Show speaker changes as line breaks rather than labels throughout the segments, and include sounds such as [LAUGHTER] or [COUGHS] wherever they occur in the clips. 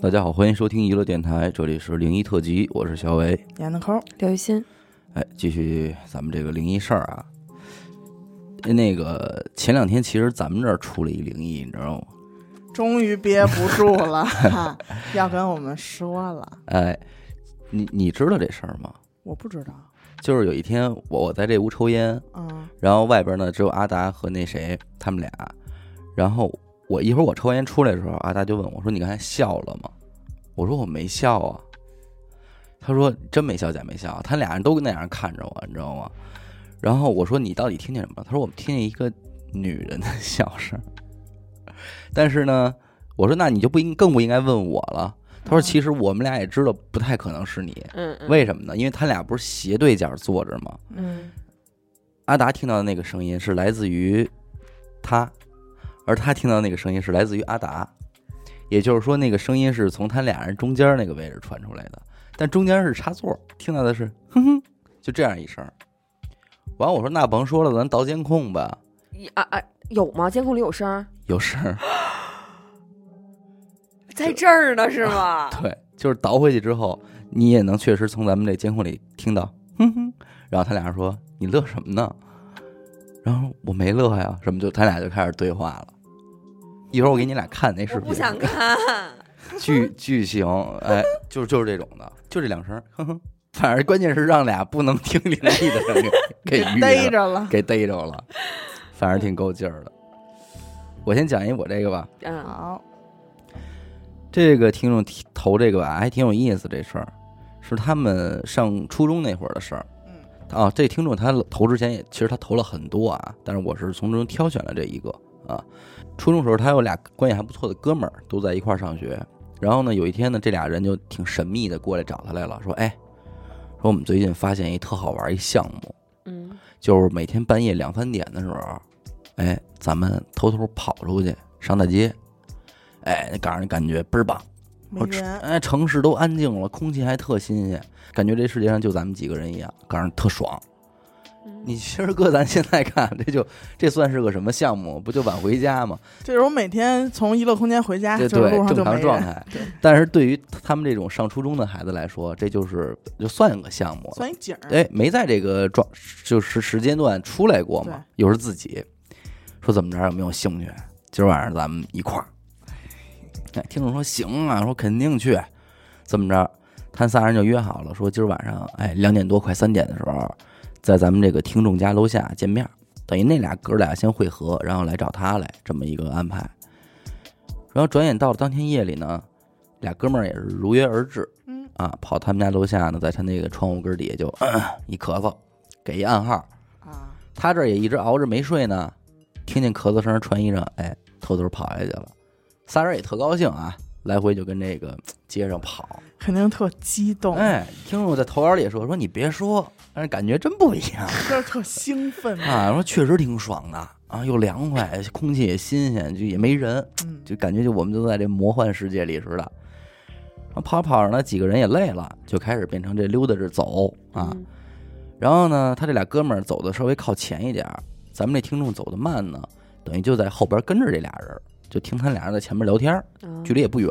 大家好，欢迎收听娱乐电台，这里是灵异特辑，我是小伟。
演的抠，
刘雨欣，
哎，继续咱们这个灵异事儿啊。那个前两天其实咱们这儿出了一灵异，你知道吗？
终于憋不住
[LAUGHS]
了，哈要跟我们说了。
哎，你你知道这事儿吗？
我不知道，
就是有一天我我在这屋抽烟，
嗯
然后外边呢只有阿达和那谁他们俩，然后我一会儿我抽烟出来的时候，阿达就问我说：“你刚才笑了吗？”我说：“我没笑啊。”他说：“真没笑，假没笑。”他俩人都那样看着我，你知道吗？然后我说：“你到底听见什么？”他说：“我们听见一个女人的笑声。”但是呢，我说：“那你就不应更不应该问我了。”他说：“其实我们俩也知道不太可能是你，
嗯，
为什么呢？因为他俩不是斜对角坐着吗？
嗯
阿达听到的那个声音是来自于他，而他听到的那个声音是来自于阿达，也就是说，那个声音是从他俩人中间那个位置传出来的，但中间是插座，听到的是哼哼，就这样一声。完，我说那甭说了，咱倒监控吧，
一啊啊，有吗？监控里有声儿，
有声儿。
在这儿呢，是吗？
对，就是倒回去之后，你也能确实从咱们这监控里听到，哼哼。然后他俩说：“你乐什么呢？”然后我没乐呀，什么就他俩就开始对话了。一会儿我给你俩看那视
我
频
不，想看，
巨巨型，
[LAUGHS]
哎，就是就是这种的，就这两声，哼哼。反正关键是让俩不能听灵异的人给给
逮
逮
着了。
给逮着了，反正挺够劲儿的。我先讲一我这个吧，
嗯，
好，
这个听众提投这个吧，还挺有意思。这事儿是他们上初中那会儿的事儿。
嗯，
啊，这听众他投之前也，其实他投了很多啊，但是我是从中挑选了这一个啊。初中时候他有俩关系还不错的哥们儿，都在一块儿上学。然后呢，有一天呢，这俩人就挺神秘的过来找他来了，说：“哎，说我们最近发现一特好玩一项目，
嗯，
就是每天半夜两三点的时候，哎，咱们偷偷跑出去上大街，哎，那感感觉倍儿棒。”
没
我
人，
哎，城市都安静了，空气还特新鲜，感觉这世界上就咱们几个人一样，感觉特爽。
嗯
嗯
你今儿搁咱现在看，这就这算是个什么项目？不就晚回家吗？
这是我每天从娱乐空间回家，
这
就是
对
路上
正
就没
常状
人，
态
对。
但是对于他们这种上初中的孩子来说，这就是就算个项目了。
算一景儿。
哎，没在这个状就是时间段出来过嘛？又是自己说怎么着有没有兴趣？今儿晚上咱们一块儿。哎，听众说行啊，说肯定去，怎么着？他仨人就约好了，说今儿晚上哎两点多快三点的时候，在咱们这个听众家楼下见面儿，等于那俩哥俩先会合，然后来找他来这么一个安排。然后转眼到了当天夜里呢，俩哥们儿也是如约而至，
嗯
啊，跑他们家楼下呢，在他那个窗户根儿底下就 [COUGHS] 咳咳一咳嗽，给一暗号。
啊，
他这儿也一直熬着没睡呢，听见咳嗽声，穿衣裳，哎，偷偷跑下去了。仨人也特高兴啊，来回就跟这个街上跑。
肯定特激动，
哎，听着我在投稿里也说，说你别说，但是感觉真不一样
就是特兴奋。
啊，说确实挺爽的啊，又凉快，空气也新鲜，就也没人，
嗯，
就感觉就我们就在这魔幻世界里似的。然后跑着跑着呢，几个人也累了，就开始变成这溜达着走啊。
嗯，
然后呢，他这俩哥们儿走的稍微靠前一点儿，咱们这听众走的慢呢，等于就在后边跟着这俩人儿，就听他俩人在前面聊天儿，
嗯
距离也不远。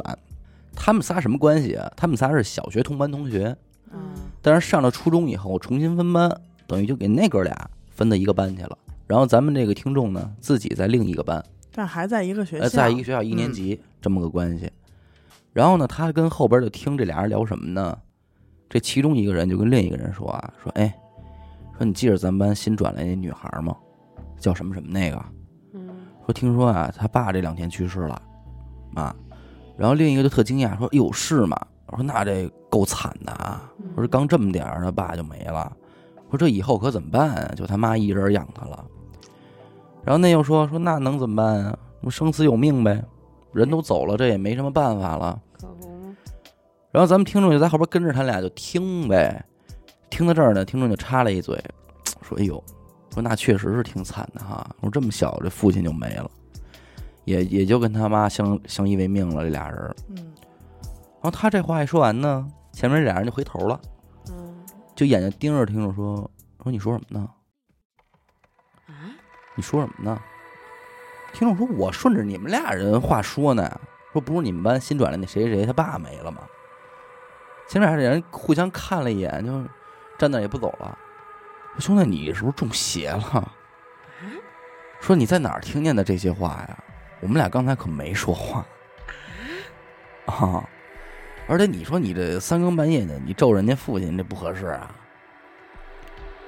他们仨什么关系啊？他们仨是小学同班同学，
嗯
但是上了初中以后重新分班，等于就给那哥俩分到一个班去了。然后咱们这个听众呢，自己在另一个班，
但还在一个学
呃，
校，嗯
在一个学校一年级、这么个关系。然后呢，他跟后边就听这俩人聊什么呢？这其中一个人就跟另一个人说啊，说哎，说你记着咱们班新转来那女孩吗？叫什么什么那个？
嗯
说听说啊，他爸这两天去世了，啊。然后另一个就特惊讶，说哟是吗？我说那这够惨的啊！我说刚这么点儿，他爸就没了。我说这以后可怎么办啊？就他妈一人养他了。然后那又说说那能怎么办啊？我生死有命呗，人都走了，这也没什么办法了。
可不吗，
然后咱们听众就在后边跟着他俩就听呗。听到这儿呢，听众就插了一嘴，说：“哎呦，说那确实是挺惨的哈。我说这么小这父亲就没了，也也就跟他妈相相依为命了这俩人。”
嗯，
然后他这话一说完呢，前面这俩人就回头了。
嗯
就眼睛盯着听众说：“说你说什么呢？
啊，
你说什么呢？”听众说：“我顺着你们俩人话说呢，说不是你们班新转来那谁谁谁他爸没了吗？前面还俩人互相看了一眼，就站那儿也不走了。说兄弟，你是不是中邪了？说你在哪儿听见的这些话呀？我们俩刚才可没说话啊！而且你说你这三更半夜的，你咒人家父亲，这不合适啊！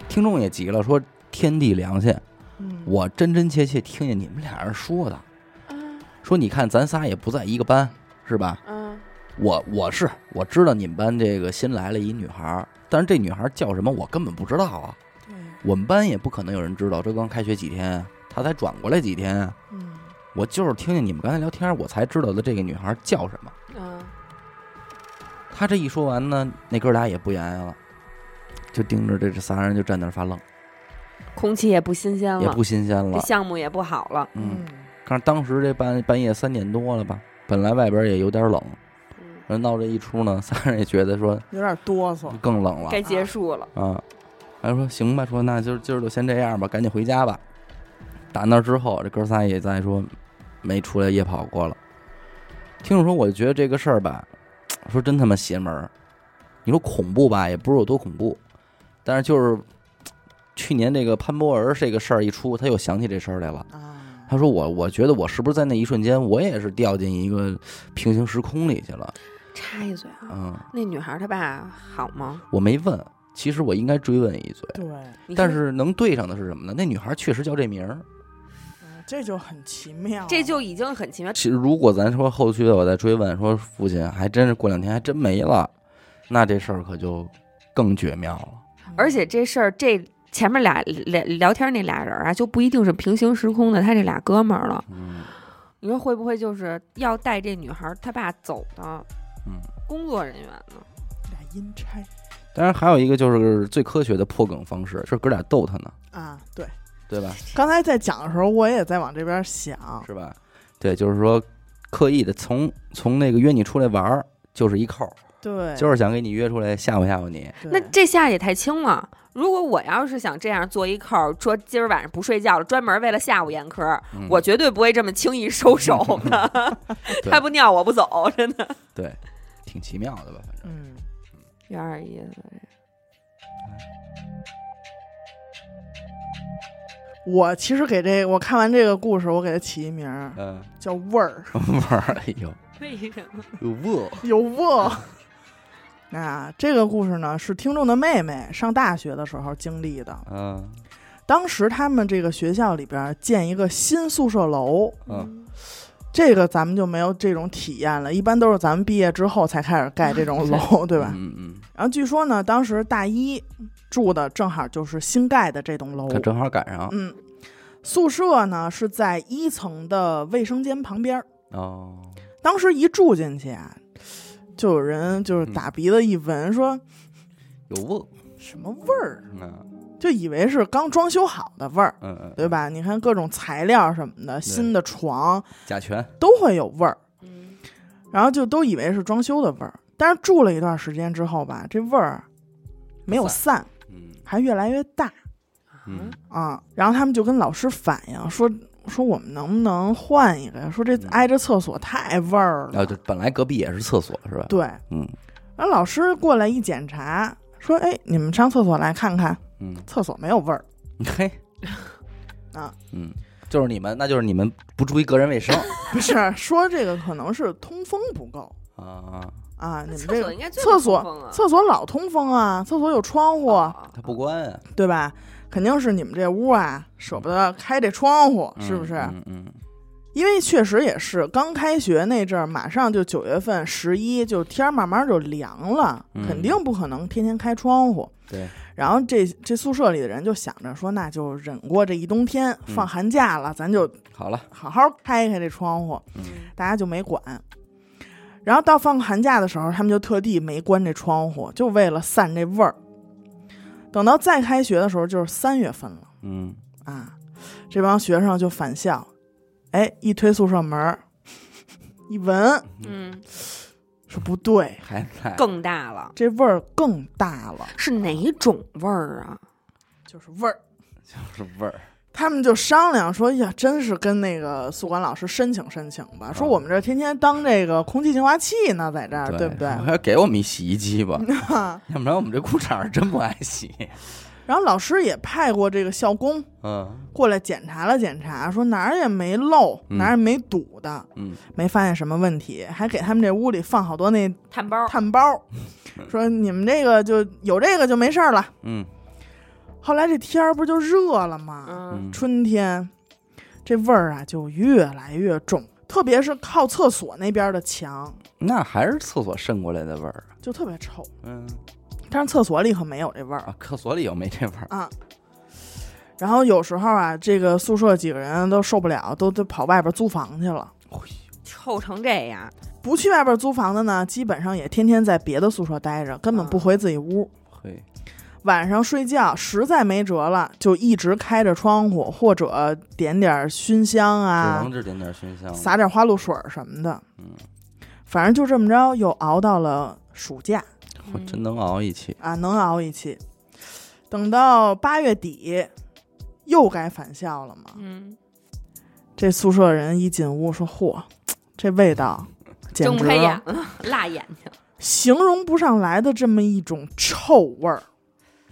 听众也急了，说天地良心，
嗯，
我真真切切听见你们俩人说的，
嗯
说你看咱仨也不在一个班，是吧？
嗯
我我是我知道你们班这个新来了一女孩儿，但是这女孩儿叫什么我根本不知道啊，
对呀，
我们班也不可能有人知道，这刚开学几天，她才转过来几天，啊
嗯，
我就是听见你们刚才聊天，我才知道的这个女孩儿叫什么。
嗯
他这一说完呢，那哥俩也不言言了，就盯着这这仨人就站那儿发愣，
空气也不新鲜
也嗯
了，
不新鲜
这
了。
项目也不好了。
嗯，看当时这半半夜三点多了吧，本来外边也有点冷，
嗯，
然后闹这一出呢，仨人也觉得说
有点哆嗦，
更冷了
该结束了。
啊。还说行吧，说那就今儿就先这样吧，赶紧回家吧。打那之后，这哥仨也在说没出来夜跑过了。听说，我觉得这个事儿吧，说真他妈邪门儿。你说恐怖吧，也不是有多恐怖，但是就是去年这个潘博文这个事儿一出，他又想起这事儿来了。
啊，
嗯他说我我觉得我是不是在那一瞬间，我也是掉进一个平行时空里去了？
插一嘴啊，
嗯，
那女孩她爸好吗？
我没问，其实我应该追问一嘴。
对，
你
但
说
是能对上的是什么呢？那女孩确实叫这名儿。
嗯这就很奇妙，
这就已经很奇妙。
其实如果咱说后续的，我再追问说父亲还真是过两天还真没了，那这事儿可就更绝妙了。
嗯，
而且这事儿，这前面俩聊聊天那俩人啊，就不一定是平行时空的，他这俩哥们儿了。
嗯
你说会不会就是要带这女孩儿他爸走的
嗯。
工作人员呢？
俩阴差
当然还有一个就是最科学的破梗方式，是哥俩逗他呢，
啊，对，
对吧？
刚才在讲的时候，我也在往这边想，
是吧？对，就是说刻意的从从那个约你出来玩儿就是一扣儿，
对，
就是想给你约出来吓唬吓唬你。
对
那这下也太轻了。如果我要是想这样做一扣，说今儿晚上不睡觉了，专门为了吓唬严科，
嗯
我绝对不会这么轻易收手的。 [LAUGHS] 他不尿我不走，
[LAUGHS]
真的
对，挺奇妙的吧？反正
嗯，
有点意思。
我其实给这我看完这个故事，我给它起一名儿
嗯，
叫味儿，
[LAUGHS] 玩儿，哎呦，
为什么？
有不？
有味儿。 [LAUGHS] 那这个故事呢，是听众的妹妹上大学的时候经历的。
嗯
当时他们这个学校里边建一个新宿舍楼，
嗯，
这个咱们就没有这种体验了，一般都是咱们毕业之后才开始盖这种楼， [LAUGHS] 对吧？
嗯嗯，
然后据说呢，当时大一住的正好就是新盖的这栋楼，
可正好赶上
嗯，宿舍呢是在一层的卫生间旁边儿。
哦，
当时一住进去啊，就有人就是打鼻子一闻，说
有不？
什么味儿，
嗯
就以为是刚装修好的味儿，
嗯嗯，
对吧？你看各种材料什么的，新的床
甲醛，
都会有味儿，
嗯
然后就都以为是装修的味儿。但是住了一段时间之后吧，这味儿啊没有散，
嗯
还越来越大。
嗯
啊，然后他们就跟老师反映说说我们能不能换一个呀？说这
嗯
挨着厕所太味儿了。
啊，就本来隔壁也是厕所是吧？
对，
嗯
然后老师过来一检查，说哎，你们上厕所来看看，
嗯，
厕所没有味儿。
嘿，
[LAUGHS] 啊，
嗯，就是你们，那就是你们不注意个人卫
[LAUGHS]
生
不是说这个可能是通风不够
啊，
啊，你们
厕
这
所
个
应该最
厕
不
所
通风啊
厕所老通风啊，厕所有窗户，
哦
他不关啊，
对吧？肯定是你们这屋啊，舍不得开这窗户，
嗯
是不是？啊
嗯嗯
因为确实也是刚开学那阵儿，马上就九月份、十一，就天儿慢慢就凉了，
嗯
肯定不可能天天开窗户。
对。
然后这这宿舍里的人就想着说，那就忍过这一冬天，
嗯
放寒假了，咱就
好了，
好好开开这窗户。
嗯
大家就没管。然后到放寒假的时候，他们就特地没关这窗户，就为了散这味儿。等到再开学的时候，就是三月份了。
嗯，
啊，这帮学生就返校，哎，一推宿舍门儿，一闻
嗯，
说不对，
还在
更大了，
这味儿更大了，
是哪种味儿啊？
就是味儿。
[LAUGHS] 就是味儿，
他们就商量说：“哎呀，真是跟那个宿管老师申请申请吧。说我们这天天当这个空气净化器呢，在这儿，啊对不对？
还给我们一洗衣机
[LAUGHS]
吧，要不然我们这裤衩儿真不爱洗。
然后老师也派过这个校工
嗯
过来检查了检查，说哪儿也没漏，
嗯
哪儿也没堵的，
嗯，
没发现什么问题，还给他们这屋里放好多那
探包，
炭包，说你们这个就有这个就没事儿了。
嗯
后来这天儿不就热了吗？
嗯
嗯，
春天，这味儿啊就越来越重，特别是靠厕所那边的墙
那还是厕所渗过来的味儿啊。
就特别臭，
嗯
但是厕所里可没有这味儿
啊，厕所里又没这味儿。
啊。然后有时候啊，这个宿舍几个人都受不了，都都跑外边租房去了。
臭成这样，
不去外边租房的呢，基本上也天天在别的宿舍待着，根本不回自己屋。
嘿，
晚上睡觉实在没辙了，就一直开着窗户，或者点点熏香
只
啊，
能这点点熏香了。
撒点花露水儿什么的。
嗯，
反正就这么着，又熬到了暑假
我
嗯
真能熬一期。
啊，能熬一期。等到八月底，又该返校了嘛。
嗯，
这宿舍人一进屋说：“嚯，这味道简
睁不开眼
直
了，辣眼睛，
形容不上来的这么一种臭味儿，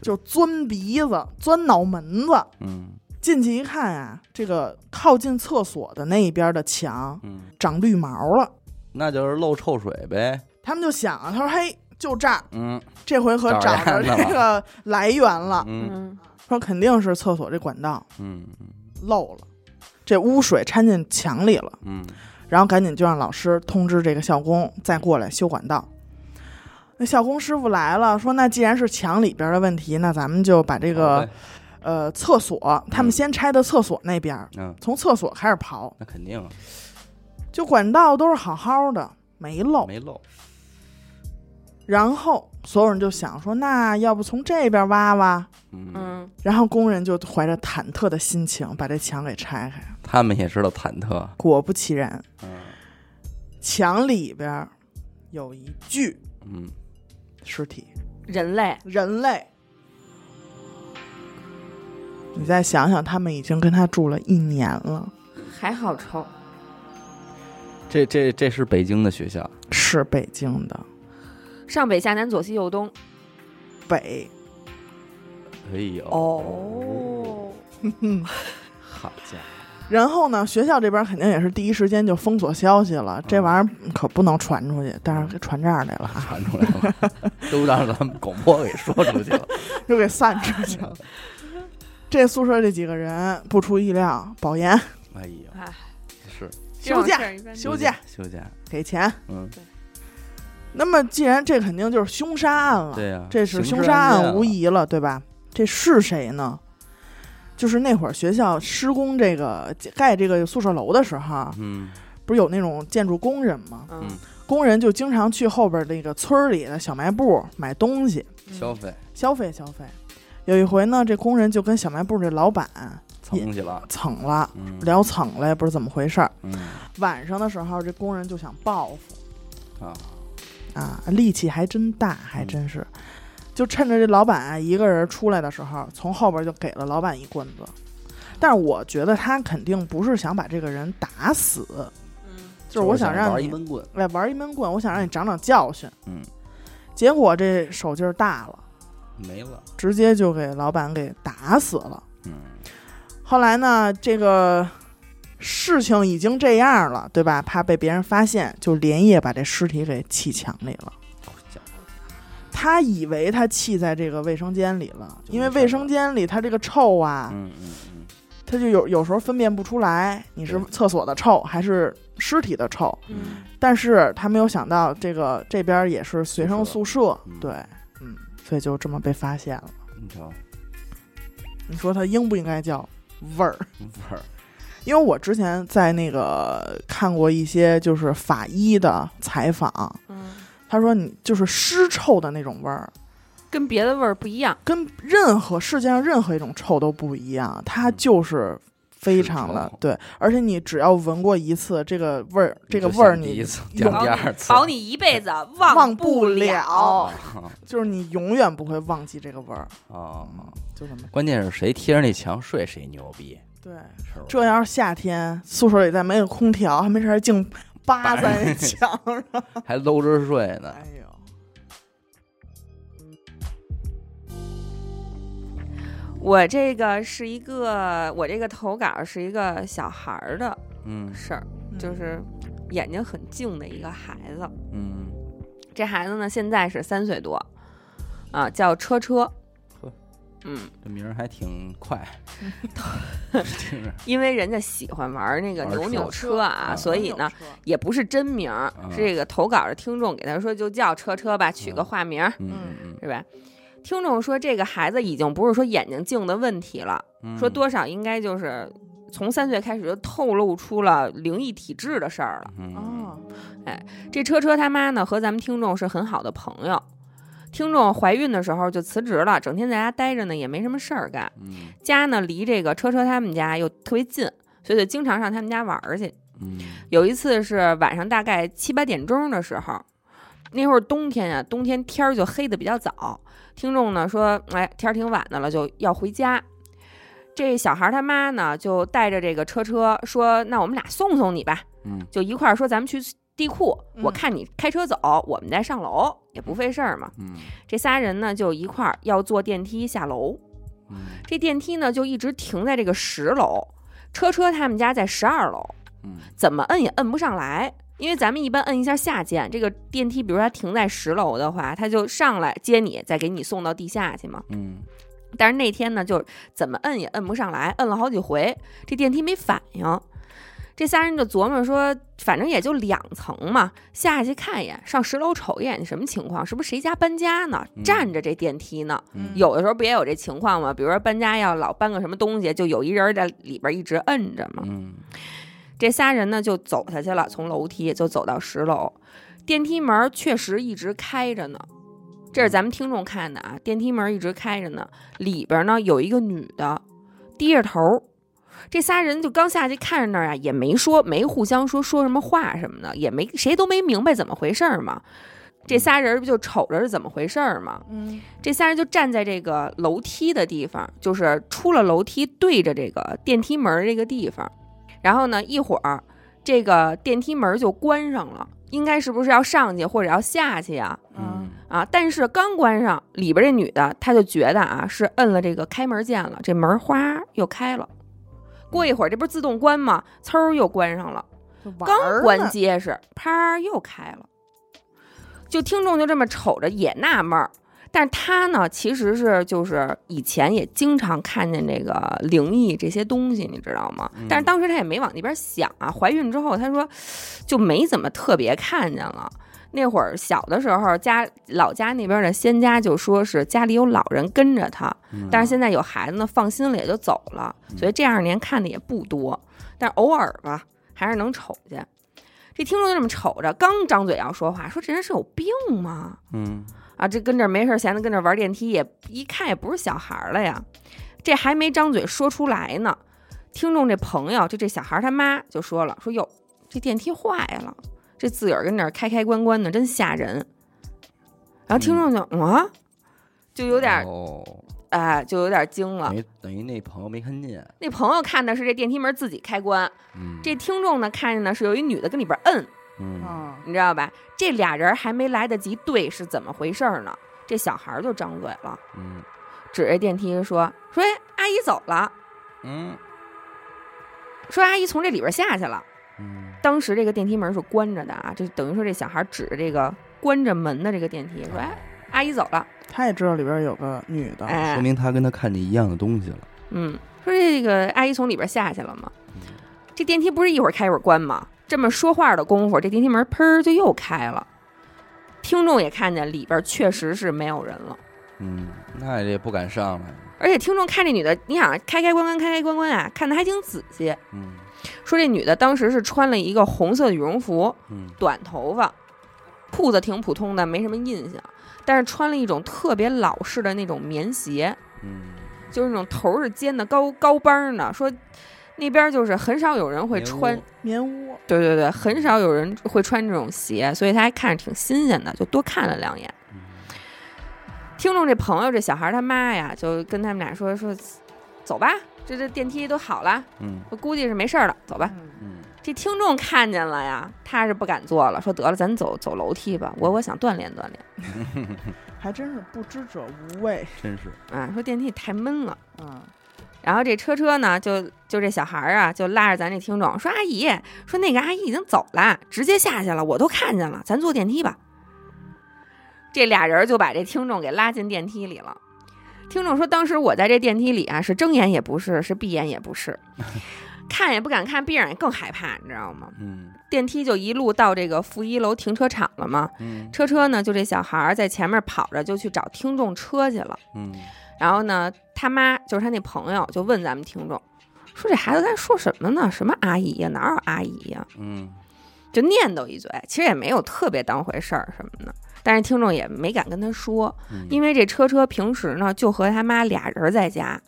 就钻鼻子、钻脑门子。
嗯
进去一看啊，这个靠近厕所的那一边的墙
嗯，
长绿毛了。
那就是漏臭水呗。
他们就想啊，他说：‘嘿，就这儿，
嗯
这回可
找
找着
着
这个来源了。’
嗯
嗯，
说肯定是厕所这管道
嗯
漏了，这污水掺进墙里了，
嗯
然后赶紧就让老师通知这个校工再过来修管道。那校工师傅来了，说那既然是墙里边的问题，那咱们就把这
这
个呃厕所，他们先拆的厕所那边儿，
嗯，
从厕所开始刨，
那肯定啊
就管道都是好好的，没漏。
没漏。
然后所有人就想说，那要不从这边挖挖？
嗯，
嗯，
然后工人就怀着忐忑的心情把这墙给拆开，
他们也知道忐忑。
果不其然，
嗯
墙里边儿有一具
嗯，
尸体，
人类
人类。你再想想，他们已经跟他住了一年了，
还好臭，
这这这是北京的学校。
是北京的
上北下南左西右东，
北，
哎呦，
哦，
好家伙！
然后呢，学校这边肯定也是第一时间就封锁消息
嗯
了，这玩意儿可不能传出去，但是传这
[LAUGHS]
儿来了啊，
传出来了，都让咱们广播给说出去了。
又给散出去了。这宿舍这几个人不出意料，保研
哎呦，
哎，
是
休假
这种事儿一般
休假
休假，
给钱。
嗯，
那么既然这肯定就是凶杀案了，
对呀，
啊这是
刑
凶
事
杀
件啊
案
了
无，疑了，对吧？这是谁呢？就是那会儿学校施工这个盖这个宿舍楼的时候，啊
嗯
不是有那种建筑工人吗？
嗯
嗯，
工人就经常去后边那个村儿里的小卖部买东西
消费
消费消费。有一回呢，这工人就跟小卖部这老板
蹭去了，
蹭了，
嗯
聊蹭了，也不知怎么回事儿。
嗯
晚上的时候，这工人就想报复，
啊，
啊，力气还真大，还真是。就趁着这老板啊一个人出来的时候，从后边就给了老板一棍子。但是我觉得他肯定不是想把这个人打死，
嗯
就是我
想
让
玩一
你
闷棍，
哎玩一闷棍，我想让你长长教训。
嗯，
结果这手劲儿大了，
没了，
直接就给老板给打死了。
嗯
后来呢，这个事情已经这样了，对吧？怕被别人发现，就连夜把这尸体给砌墙里了。他以为他气在这个卫生间里了，
就没
因为
事儿
卫生间里它这个臭啊，
嗯嗯
他就有有时候分辨不出来你是
对
厕所的臭还是尸体的臭。
嗯，
但是他没有想到这个这边也是学生宿舍，
嗯
对，嗯，所以就这么被发现了。
嗯，你
哦
瞧
你说他应不应该叫味儿？
味儿，
因为我之前在那个看过一些就是法医的采访，
嗯，
他说你就是尸臭的那种味儿，
跟别的味儿不一样，
跟任何世界上任何一种臭都不一样，它就是非常的
是臭
对，而且你只要闻过一次这个味儿，这个味儿
你就想第一次
永
讲第二次，
保你
[LAUGHS]
一辈子忘
忘
不
不了，
了
啊
就是你永远不会忘记这个味儿，嗯
啊，
就这么
关键是谁贴着那墙睡谁牛逼，
对，
是吧
这要是夏天，宿舍里再没有空调，还没事儿净扒在那墙上。
还搂着睡呢
哎。呦，
我这个是一个，我这个投稿是一个小孩儿的
嗯
事儿， [LAUGHS] 就是眼睛很静的一个孩子。
嗯，
这孩子呢，现在是三岁多，啊，叫车车
呵。
嗯，
这名儿还挺
[LAUGHS]
快，听着
因为人家喜欢玩那个
玩
嗯
扭
车
扭车啊，
啊
所以呢，，也不是真名儿，是这个投稿的听众给他说就叫车车吧，取个化名儿，
嗯嗯
是吧？听众说这个孩子已经不是说眼睛静的问题了，
嗯，
说多少应该就是从三岁开始就透露出了灵异体质的事儿了。
嗯
哦，
这车车他妈呢和咱们听众是很好的朋友，听众怀孕的时候就辞职了，整天在家待着呢也没什么事儿干，
嗯
家呢离这个车车他们家又特别近，所以就经常上他们家玩儿去。
嗯
有一次是晚上大概七八点钟的时候，那会儿冬天啊，冬天天儿就黑的比较早。听众呢说，哎，天儿挺晚的了，就要回家。这小孩他妈呢就带着这个车车说，那我们俩送送你吧，
嗯
就一块儿说咱们去地库，
嗯
我看你开车走，我们再上楼，也不费事儿嘛。
嗯
这仨人呢就一块儿要坐电梯下楼，
嗯
这电梯呢就一直停在这个十楼，车车他们家在十二楼。
嗯
怎么摁也摁不上来，因为咱们一般摁一下下键，这个电梯，比如它停在十楼的话，它就上来接你，再给你送到地下去嘛。
嗯
但是那天呢，就怎么摁也摁不上来，摁了好几回，这电梯没反应。这仨人就琢磨说，反正也就两层嘛，下去看一眼，上十楼瞅一眼，什么情况？是不是谁家搬家呢？
嗯
站着这电梯呢？
嗯
有的时候不也有这情况吗？比如说搬家要老搬个什么东西，就有一人在里边一直摁着嘛。
嗯
这仨人呢就走下去了，从楼梯就走到十楼，电梯门确实一直开着呢。这是咱们听众看的啊，电梯门一直开着呢，里边呢有一个女的低着头。这仨人就刚下去看着那儿啊，也没说，没互相说说什么话什么的，也没谁都没明白怎么回事儿嘛。这仨人不就瞅着是怎么回事儿嘛？
嗯
这仨人就站在这个楼梯的地方，就是出了楼梯对着这个电梯门儿这个地方。然后呢，一会儿这个电梯门儿就关上了，应该是不是要上去或者要下去呀、
嗯
啊，但是刚关上，里边这女的她就觉得啊是摁了这个开门键了，这门儿哗又开了。过一会儿，这不是自动关吗？呲儿又关上了。
就玩儿
刚
呢
关结实，啪又开了。就听众就这么瞅着也纳闷儿，但是他呢，其实是就是以前也经常看见这个灵异这些东西，你知道吗
嗯？
但是当时他也没往那边想啊。怀孕之后，他说就没怎么特别看见了。那会儿小的时候，家老家那边的仙家就说是家里有老人跟着他，
嗯
但是现在有孩子呢，放心了也就走了，所以这二年看的也不多，但是偶尔吧，还是能瞅见。这听众就这么瞅着，刚张嘴要说话，说这人是有病吗？
嗯
啊，这跟这儿没事儿闲的跟这儿玩电梯也，一看也不是小孩儿了呀。这还没张嘴说出来呢，听众这朋友就这小孩儿他妈就说了，说哟，这电梯坏了，这自个儿跟那儿开开关关的，真吓人。然后听众就、啊，就有点儿
嗯哦，
哎、就有点儿惊了。
没等于那朋友没看见，
那朋友看的是这电梯门自己开关，
嗯
这听众呢看见的是有一女的跟里边摁，
嗯
啊，
你知道吧？这俩人还没来得及对是怎么回事儿呢，这小孩儿就张嘴了，
嗯
指着电梯说：“说哎，阿姨走了，
嗯
说阿姨从这里边下去了。”
嗯，
当时这个电梯门是关着的啊，这等于说这小孩指着这个关着门的这个电梯说：“哎，阿姨走了。
他也知道里边有个女”的，
啊说
哎，
明他跟他看见一样的东西了。
嗯，说这个阿姨从里边下去了嘛，
嗯
这电梯不是一会儿开一会儿关吗？这么说话的功夫，这电梯门砰儿就又开了。听众也看见里边确实是没有人了，
嗯，那也不敢上来。
而且听众看这女的，你想啊开开关关开开关关啊，看的还挺仔细。
嗯
说这女的当时是穿了一个红色的羽绒服，
嗯
短头发，裤子挺普通的，没什么印象，但是穿了一种特别老式的那种棉鞋，
嗯，
就是那种头儿是尖的高高帮儿的。说那边就是很少有人会穿，
棉屋，
对对对，很少有人会穿这种鞋，所以他还看着挺新鲜的，就多看了两眼。听众这朋友这小孩他妈呀，就跟他们俩说说，走吧，这这电梯都好了，
嗯
我估计是没事儿了，走吧。
嗯，
这听众看见了呀，他是不敢坐了，说得了，咱走走楼梯吧，我我想锻炼锻炼。
还真是不知者无畏
真是
啊，说电梯太闷了。
啊！
然后这车车呢，就就这小孩儿啊，就拉着咱这听众说：“阿姨，说那个阿姨已经走了，直接下去了，我都看见了，咱坐电梯吧。”这俩人就把这听众给拉进电梯里了。听众说：“当时我在这电梯里啊，是睁眼也不是，是闭眼也不是，看也不敢看，闭上眼更害怕，你知道吗？
嗯
电梯就一路到这个负一楼停车场了嘛。
嗯
车车呢，就这小孩儿在前面跑着，就去找听众车去了。”
嗯
然后呢，他妈就是他那朋友就问咱们听众，说这孩子在说什么呢？什么阿姨呀、哪有阿姨呀、
嗯
就念叨一嘴，其实也没有特别当回事儿什么的。但是听众也没敢跟他说，
嗯，
因为这车车平时呢就和他妈俩人在家，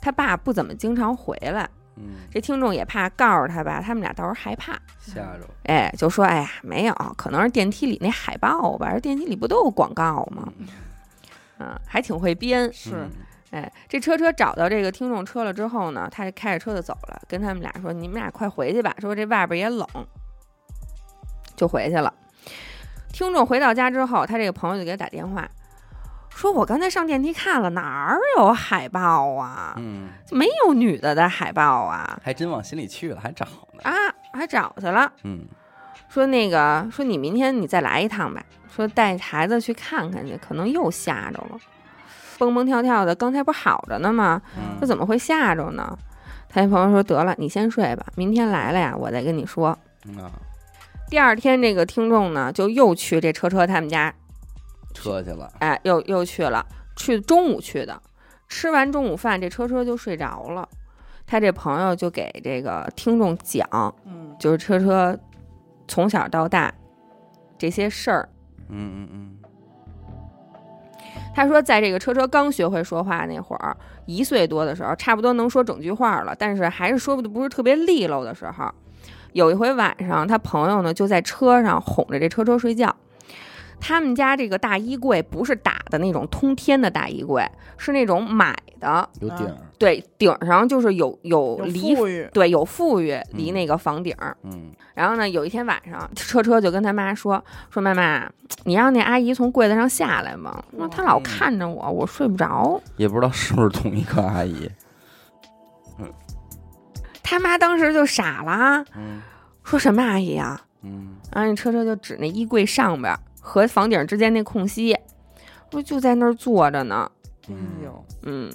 他爸不怎么经常回来。
嗯
这听众也怕告诉他吧，他们俩到时候害怕，
吓着，
哎，就说哎呀没有，可能是电梯里那海报吧，电梯里不都有广告吗？
嗯
嗯，还挺会编。
是，
哎，这车车找到这个听众车了之后呢，他就开着车就走了，跟他们俩说：“你们俩快回去吧，说这外边也冷。”就回去了。听众回到家之后，他这个朋友就给他打电话，说：“我刚才上电梯看了，哪儿有海报啊？
嗯，
没有女的的海报啊！
还真往心里去了，还找呢，
啊，还找去了。
嗯
说那个，说你明天你再来一趟吧，说带孩子去看看去，可能又吓着了，蹦蹦跳跳的，刚才不是好着呢吗？
嗯
说怎么会吓着呢？他那朋友说得了，你先睡吧，明天来了呀，我再跟你说。
嗯啊，
第二天，这个听众呢就又去这车车他们家，
撤去了，
哎，又又去了，去中午去的，吃完中午饭，这车车就睡着了。他这朋友就给这个听众讲，
嗯，
就是车车从小到大这些事儿。
嗯嗯嗯，
他说，在这个车车刚学会说话那会儿，一岁多的时候，差不多能说整句话了，但是还是说的不是特别利落的时候。有一回晚上，他朋友呢就在车上哄着这车车睡觉。他们家这个大衣柜不是打的那种通天的大衣柜，是那种买的，
有
啊
顶儿，
对，顶上就是有有
有
离
富裕，
对有富裕离那个房顶儿。
嗯
然后呢，有一天晚上，车车就跟他妈说：“说妈妈，你让那阿姨从柜子上下来吗？那她老看着我，我睡不着。
也不知道是不是同一个阿姨，”
他妈当时就傻了啊，
嗯
说什么阿姨啊？
嗯
然后那车车就指那衣柜上边和房顶之间那空隙，我就在那儿坐着呢。
哎
嗯
呦，
嗯，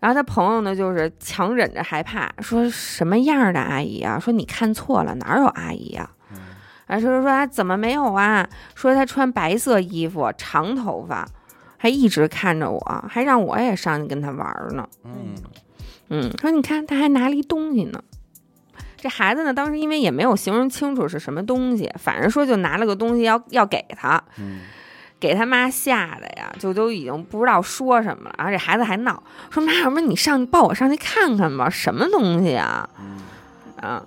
然后他朋友呢，就是强忍着害怕，说什么样的阿姨啊？说你看错了，哪有阿姨啊？
嗯
然后车车说啊，怎么没有啊？说她穿白色衣服，长头发，还一直看着我，还让我也上去跟她玩儿呢。
嗯
嗯，说你看，她还拿了一东西呢。这孩子呢，当时因为也没有形容清楚是什么东西，反正说就拿了个东西要要给他，
嗯
给他妈吓得呀，就都已经不知道说什么了。然后这孩子还闹，说妈，要不然你上抱我上去看看吧，什么东西啊？
嗯
啊，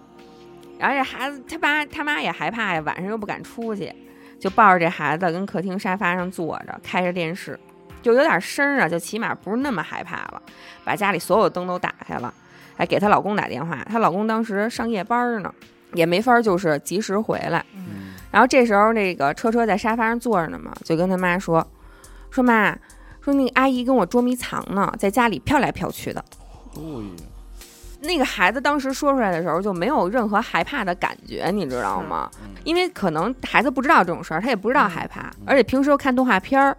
然后这孩子他爸他妈也害怕呀，晚上又不敢出去，就抱着这孩子跟客厅沙发上坐着，开着电视，就有点声儿啊，就起码不是那么害怕了。把家里所有灯都打开了，还给她老公打电话，她老公当时上夜班呢，也没法儿就是及时回来。
嗯，
嗯
然后这时候那个车车在沙发上坐着呢嘛，就跟他妈说，说妈，说那个阿姨跟我捉迷藏呢，在家里飘来飘去的。
哦哟，
那个孩子当时说出来的时候就没有任何害怕的感觉，你知道吗？因为可能孩子不知道这种事儿，他也不知道害怕，而且平时又看动画片儿，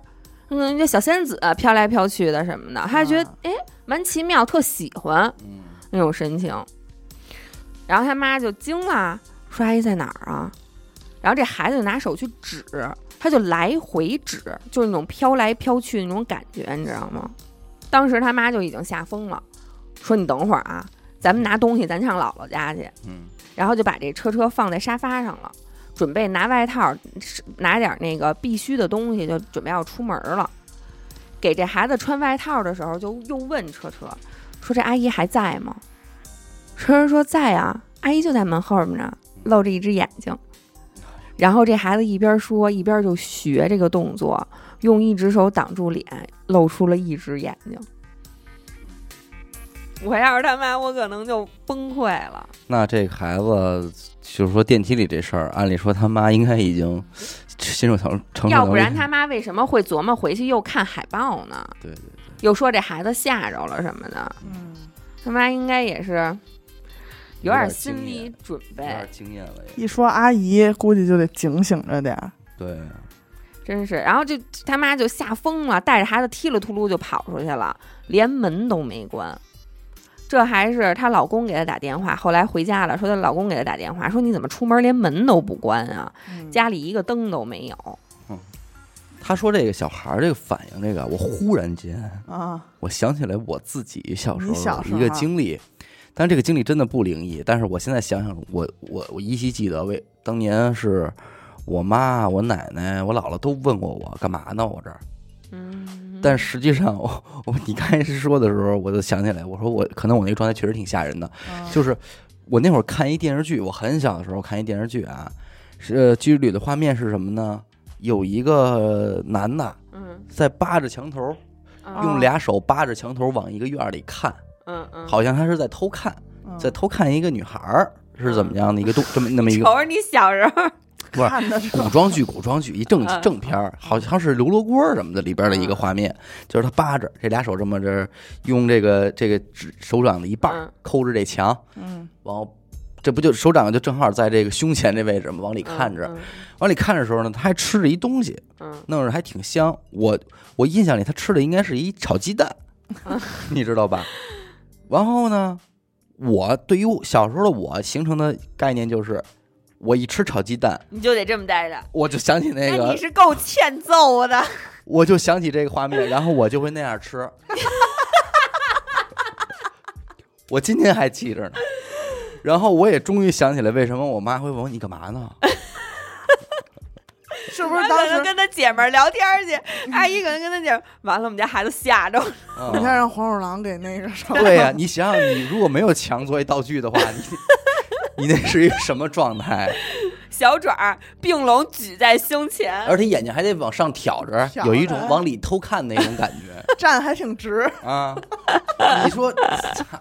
嗯，那小仙子飘来飘去的什么的，他就觉得
啊
哎蛮奇妙，特喜欢
嗯
那种神情。然后他妈就惊了，说阿姨在哪儿啊？然后这孩子就拿手去指，他就来回指，就是那种飘来飘去那种感觉，你知道吗？当时他妈就已经吓疯了，说你等会儿啊，咱们拿东西，咱上姥姥家去。
嗯
然后就把这车车放在沙发上了，准备拿外套，是拿点那个必须的东西，就准备要出门了。给这孩子穿外套的时候，就又问车车说：“这阿姨还在吗？”车车说：“在啊，阿姨就在门后面呢，露着一只眼睛。”然后这孩子一边说一边就学这个动作，用一只手挡住脸，露出了一只眼睛。我要是他妈，我可能就崩溃了。
那这个孩子就是说电梯里这事儿，按理说他妈应该已经心手成成熟
要
能
不
力
然他妈为什么会琢磨回去又看海报呢？
对对
又说这孩子吓着了什么的，
嗯，
他妈应该也是有
有
点
点
心
经
理
验
准
有
备
点。经验了也。
一说阿姨，估计就得警醒着点儿。
对，
真是，然后就他妈就吓疯了，带着孩子踢了秃噜就跑出去了，连门都没关。这还是她老公给她打电话，后来回家了，说她老公给她打电话，说你怎么出门连门都不关啊？ [LAUGHS] 家里一个灯都没有。
他说这个小孩儿这个反应，这个我忽然间
啊，
我想起来我自己小时
你小
候
时候啊
一个经历，但这个经历真的不灵异，但是我现在想想，我我我依稀记得，为当年是我妈、我奶奶、我姥姥都问过我干嘛呢，我这儿。
嗯，
但实际上，我我你刚开始说的时候，我就想起来，我说我可能我那个状态确实挺吓人的，
嗯
就是我那会儿看一电视剧，我很小的时候看一电视剧啊，是呃剧里的画面是什么呢？有一个男的
嗯
在扒着墙头，
嗯
用俩手扒着墙头往一个院儿里看，
嗯嗯，
好像他是在偷看，
嗯
在偷看一个女孩儿
嗯
是怎么样的一个动这么那么一
[LAUGHS] 瞅
个
着你小时候，
不是
看的是
古装剧，古装剧一正
嗯
正片儿，好像是《刘罗锅》什么的里边的一个画面，就是他扒着这俩手这么着，用这个这个指手掌的一半儿
嗯
抠着这墙，
嗯
然后这不就手掌就正好在这个胸前这位置嘛，往里看着，
嗯
往里看着时候呢，他还吃着一东西，
嗯
弄着还挺香。我我印象里他吃的应该是一炒鸡蛋，
嗯
[LAUGHS] 你知道吧？然后呢，我对于我小时候的我形成的概念就是，我一吃炒鸡蛋，
你就得这么待着。
我就想起那
那
个
你，是够欠揍
[LAUGHS]
的。
我就想起这个画
[LAUGHS]
面，然后我就会那样吃。 [LAUGHS] 我今天还记着呢，然后我也终于想起来为什么我妈会问我你干嘛呢？
是不是当
可能
时
跟他姐们儿聊天
[LAUGHS]
儿去？阿姨可能跟他姐们儿完了，我们家孩子吓着了。
[LAUGHS]
啊
你看让黄鼠狼给那个什么？
对呀、你想想，你如果没有墙作为道具的话，
[LAUGHS]
你你那是一个什么状态？
小爪儿并拢举在胸前，
而且眼睛还得往上挑着，
挑着
有一种往里偷看那种感
[LAUGHS]
觉
[LAUGHS] 站还挺直。
啊！你说，操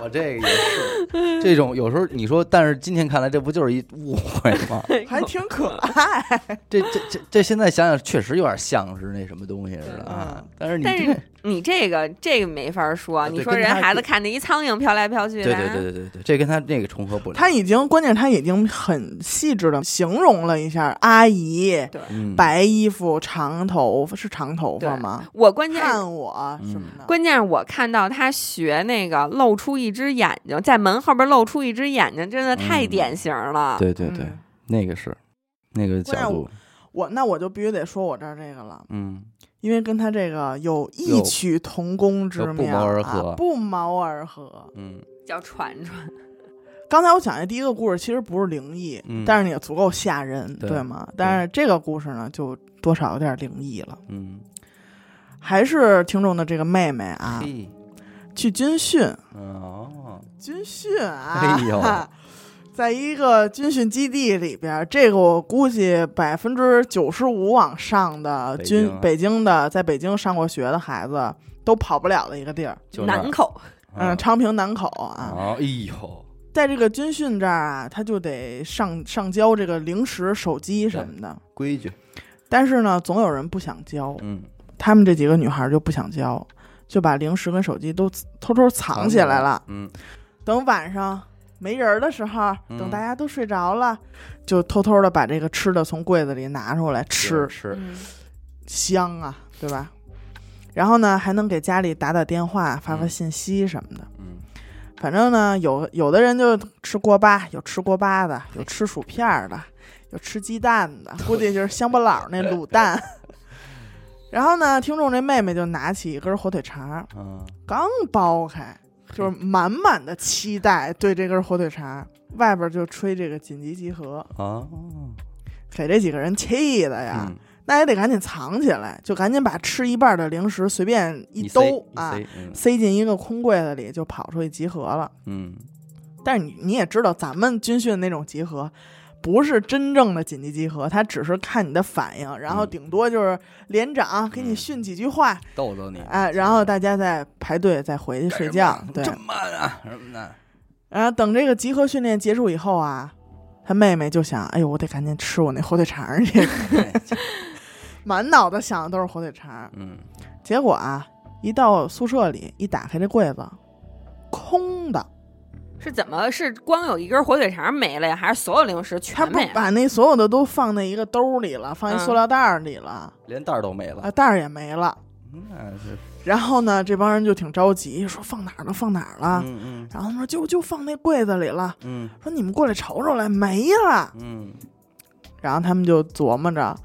我这个也是这种，有时候你说，但是今天看来，这不就是一误会吗？
[LAUGHS]
还挺可爱，
这这这这，现在想想确实有点像是那什么东西似的啊！
嗯
但是你
但
这，
是你这个这个没法说，
啊对
你说人
跟他
孩子看着一苍蝇飘来飘去
对
的，
对对对对对，这跟他那个重合不了。
他已经关键他已经很细致的形容了一下阿姨，
嗯，
白衣服，长头发是长头发吗？
我关键
看我
嗯
什么的，
关键是我看到他学那个露出一只眼睛，在门后边露出一只眼睛，真的太
嗯
典型了。
对对对
嗯，
那个是那个角度，
我那我就必须得说我这儿这个了，
嗯。
因为跟他这个有异曲同工之
有
妙、
不谋
啊，
而合
不谋而合。
嗯，
叫传传，
刚才我讲的第一个故事其实不是灵异，
嗯
但是也足够吓人，
对
吗？但是这个故事呢，就多少有点灵异了。
嗯，
还是听众的这个妹妹啊，
嘿，
去军训，
哦，
军训啊，
哎呦
[LAUGHS] 在一个军训基地里边儿，这个我估计百分之九十五往上的
北
军
京啊
北京的在北京上过学的孩子都跑不了的一个地儿，
就那儿
南口，
啊
嗯，昌平南口啊，
哦，哎呦，
在这个军训这儿啊，他就得上上交这个零食、手机什么的。
规矩，
但是呢，总有人不想交，
嗯，
他们这几个女孩儿就不想交，就把零食跟手机都偷偷藏起来了。
嗯，
等晚上没人儿的时候，
嗯
等大家都睡着了，就偷偷的把这个吃的从柜子里拿出来吃，
吃，
嗯
香啊，对吧？然后呢，还能给家里打打电话、发发
嗯
信息什么的。
嗯，
反正呢，有有的人就吃锅巴，有吃锅巴的，
哎
有吃薯片儿的，有吃鸡蛋的，估计就是乡巴佬那卤蛋。 [LAUGHS] 然后呢，听众这妹妹就拿起一根火腿肠儿，
啊，
刚剥开，就是满满的期待对这根火腿肠，外边就吹这个紧急集合，
啊，
给这几个人气的呀，
嗯
那也得赶紧藏起来，就赶紧把吃一半的零食随便一兜啊，，
塞一塞
塞进一个空柜子里，就跑出去集合了。
嗯
但是你你也知道，咱们军训那种集合，不是真正的紧急集合，他只是看你的反应，然后
嗯
顶多就是连长给你训几句话，
逗逗你，
哎，然后大家再排队再回去睡觉。对，
这么慢啊什么的，
然后等这个集合训练结束以后啊，他妹妹就想，哎呦，我得赶紧吃我那火腿肠儿
[LAUGHS]
去，
哎
满脑子想的都是火腿肠儿。
嗯，
结果啊，一到宿舍里，一打开这柜子，空的。
是怎么是光有一根火腿肠没了呀？还是所有零食
他
全
不
没了？嗯
把那所有的都放在一个兜里了，放在塑料袋儿里了，
连袋儿都没
[LAUGHS]
了，
啊，袋儿也没了。
那是，
然后呢，这帮人就挺着急，说放哪儿了？放哪儿了？
嗯嗯
然后他们说就就放那柜子里了。
嗯
说你们过来瞅瞅来，没了。
嗯
然后他们就琢磨着，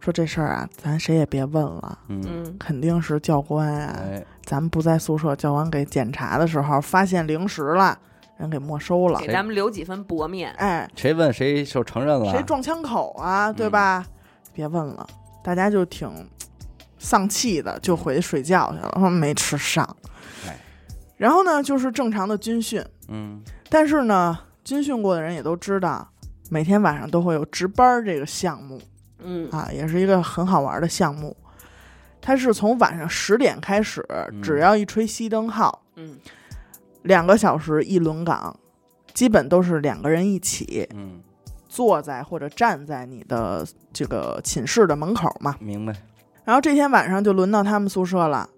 说这事儿啊，咱谁也别问了，
嗯，
嗯，
肯定是教官啊。
哎，
咱们不在宿舍，教官给检查的时候发现零食了，人给没收了
给。咱们留几分薄面。
哎，
谁问谁就承认了，
谁撞枪口啊？
嗯
对吧？别问了，大家就挺丧气的，就回去睡觉去了，没吃上
哎。
然后呢，就是正常的军训，
嗯
但是呢，军训过的人也都知道，每天晚上都会有值班儿这个项目
嗯，
啊，也是一个很好玩的项目。它是从晚上十点开始，
嗯
只要一吹熄灯号，
嗯，
两个小时一轮岗，基本都是两个人一起
嗯，
坐在或者站在你的这个寝室的门口嘛。
明白，
然后这天晚上就轮到他们宿舍了。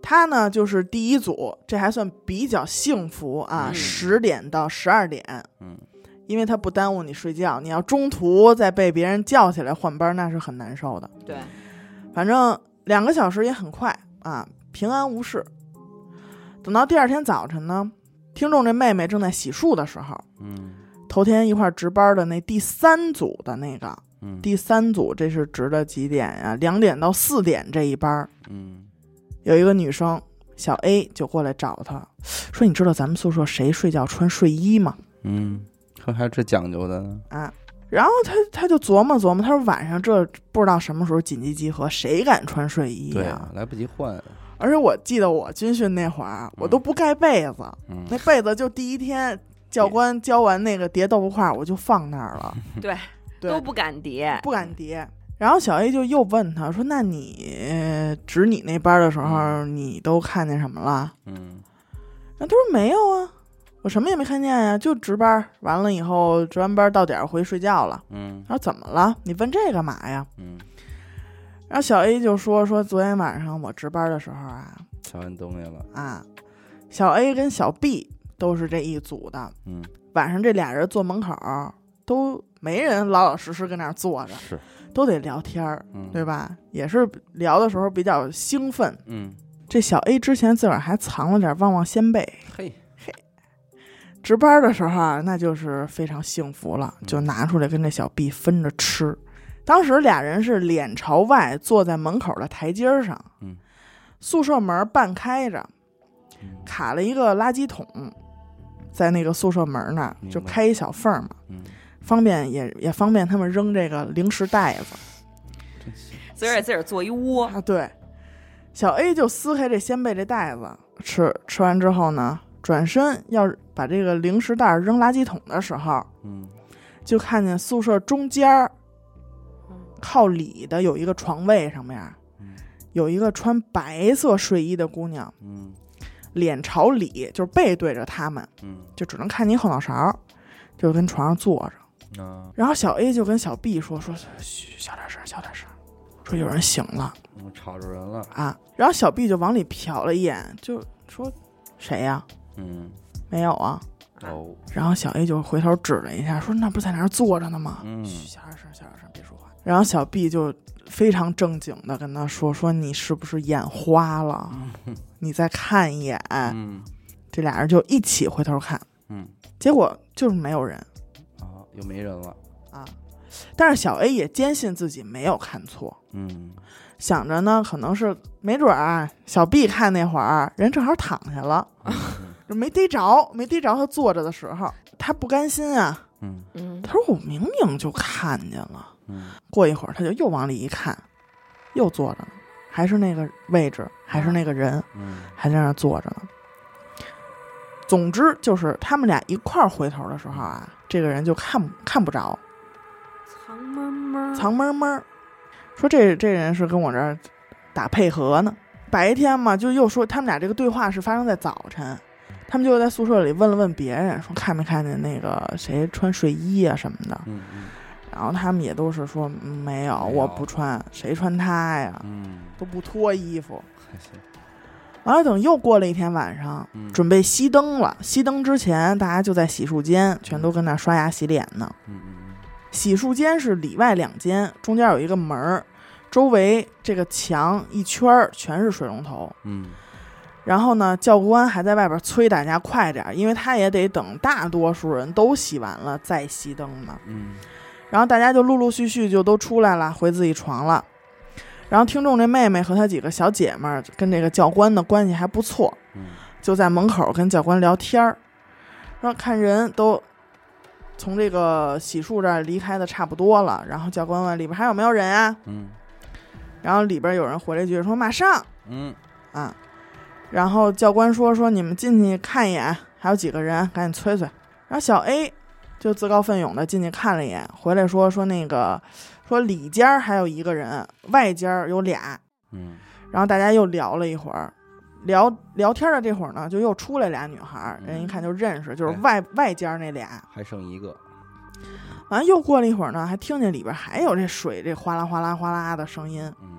他呢就是第一组，这还算比较幸福啊，
嗯
十、点到十二点，
嗯，
因为他不耽误你睡觉。你要中途再被别人叫起来换班，那是很难受的。
对，
反正两个小时也很快啊，平安无事。等到第二天早晨呢，听众这妹妹正在洗漱的时候，
嗯
头天一块儿值班的那第三组的那个
嗯，
第三组，这是值的几点呀、两点到四点这一班儿，
嗯
有一个女生小 A 就过来找她，说：“你知道咱们宿舍谁睡觉穿睡衣吗
嗯，可还有这讲究的呢，？”
啊，然后她她就琢磨琢磨，她说晚上这不知道什么时候紧急集合，谁敢穿睡衣
对
呀、
啊，来不及换，
而且我记得我军训那会儿，我都不盖被子，
嗯
那被子就第一天教官教完那个叠豆腐块儿，我就放那儿了，
对，
对
都不敢叠。
不敢叠。然后小 A 就又问他说：“那你呃值你那班的时候，你都看见什么了
嗯？”
那他说：“没有啊，我什么也没看见呀、就值班儿。完了以后，值完班儿到点儿回去睡觉了。”
嗯
他说：“怎么了？你问这干嘛呀
嗯，？”
然后小 A 就说：“说昨天晚上我值班的时候啊，
瞧见东西了，
啊，小 A 跟小 B 都是这一组的。
嗯，
晚上这俩人坐门口儿，都没人老老实实跟那儿坐着，
是，
都得聊天儿，
嗯
对吧？也是聊的时候比较兴奋。
嗯，
这小 A 之前自个儿还藏了点旺旺仙贝，
嘿，
值班的时候啊，那就是非常幸福了，
嗯
就拿出来跟这小 B 分着吃。当时俩人是脸朝外坐在门口的台阶儿上，
嗯
宿舍门半开着，
嗯
卡了一个垃圾桶，在那个宿舍门那儿
明白
就开一小缝儿嘛，
嗯，
方便也也方便他们扔这个零食袋子
真行，
自个儿给自个儿做一窝，
啊。对，小 A 就撕开这鲜贝这袋子吃，吃完之后呢，转身要把这个零食袋儿扔垃圾桶的时候，
嗯
就看见宿舍中间儿
嗯
靠里的有一个床位上面儿
嗯
有一个穿白色睡衣的姑娘，
嗯
脸朝里，就是背对着他们。
嗯
就只能看你后脑勺儿，就跟床上坐着。
啊，
然后小 A 就跟小 B 说：“说嘘，小点声，小点声，说有人醒了
我吵着人了，
啊。”然后小 B 就往里瞟了一眼，就说：“谁呀、
嗯，
没有啊。
哦，”
然后小 A 就回头指了一下，说：“那不是在那儿坐着呢吗？”
嗯
嘘，小点声，小点声，别说话。然后小 B 就非常正经的跟他说：“说你是不是眼花了？你再看一眼。
嗯
这俩人就一起回头看，
嗯，
结果就是没有人。
啊，又没人了，
啊。但是小 A 也坚信自己没有看错，
嗯
想着呢，可能是没准儿啊，小 B 看那会儿人正好躺下了，就没逮着，没逮着他坐着的时候，他不甘心啊，
嗯
嗯，
他说我明明就看见了。
嗯
过一会儿他就又往里一看，又坐着呢，还是那个位置，还是那个人，
嗯
还在那儿坐着呢。总之就是他们俩一块儿回头的时候啊，这个人就看看不着，
藏猫猫，
藏闷闷儿，说这这人是跟我这儿打配合呢。白天嘛，就又说他们俩这个对话是发生在早晨，他们就在宿舍里问了问别人，说看没看见那个谁穿睡衣啊什么的。
嗯嗯
然后他们也都是说嗯没有，
没有
我不穿，谁穿他呀？
嗯，
都不脱衣服。
还行，
完了，等又过了一天晚上，
嗯
准备熄灯了。熄灯之前，大家就在洗漱间，全都跟那刷牙洗脸呢。
嗯嗯
洗漱间是里外两间，中间有一个门儿，周围这个墙一圈儿全是水龙头。
嗯
然后呢，教官还在外边催大家快点儿，因为他也得等大多数人都洗完了再熄灯嘛。
嗯
然后大家就陆陆续续就都出来了，回自己床了。然后听众这妹妹和她几个小姐们儿跟这个教官的关系还不错，
嗯
就在门口跟教官聊天儿，然后看人都从这个洗漱这儿离开的差不多了，然后教官问里边还有没有人啊？
嗯
然后里边有人回了一句说马上
嗯
啊，然后教官说说你们进去看一眼，还有几个人，赶紧催催。然后小 A 就自告奋勇的进去看了一眼，回来说说那个说里间儿还有一个人，外间儿有俩，
嗯
然后大家又聊了一会儿，聊聊天的这会儿呢，就又出来俩女孩儿，
嗯
人一看就认识，就是
哎
外、外间儿那俩。
还剩一个，
完、了又过了一会儿呢，还听见里边还有这水这哗啦哗啦哗啦的声音。
嗯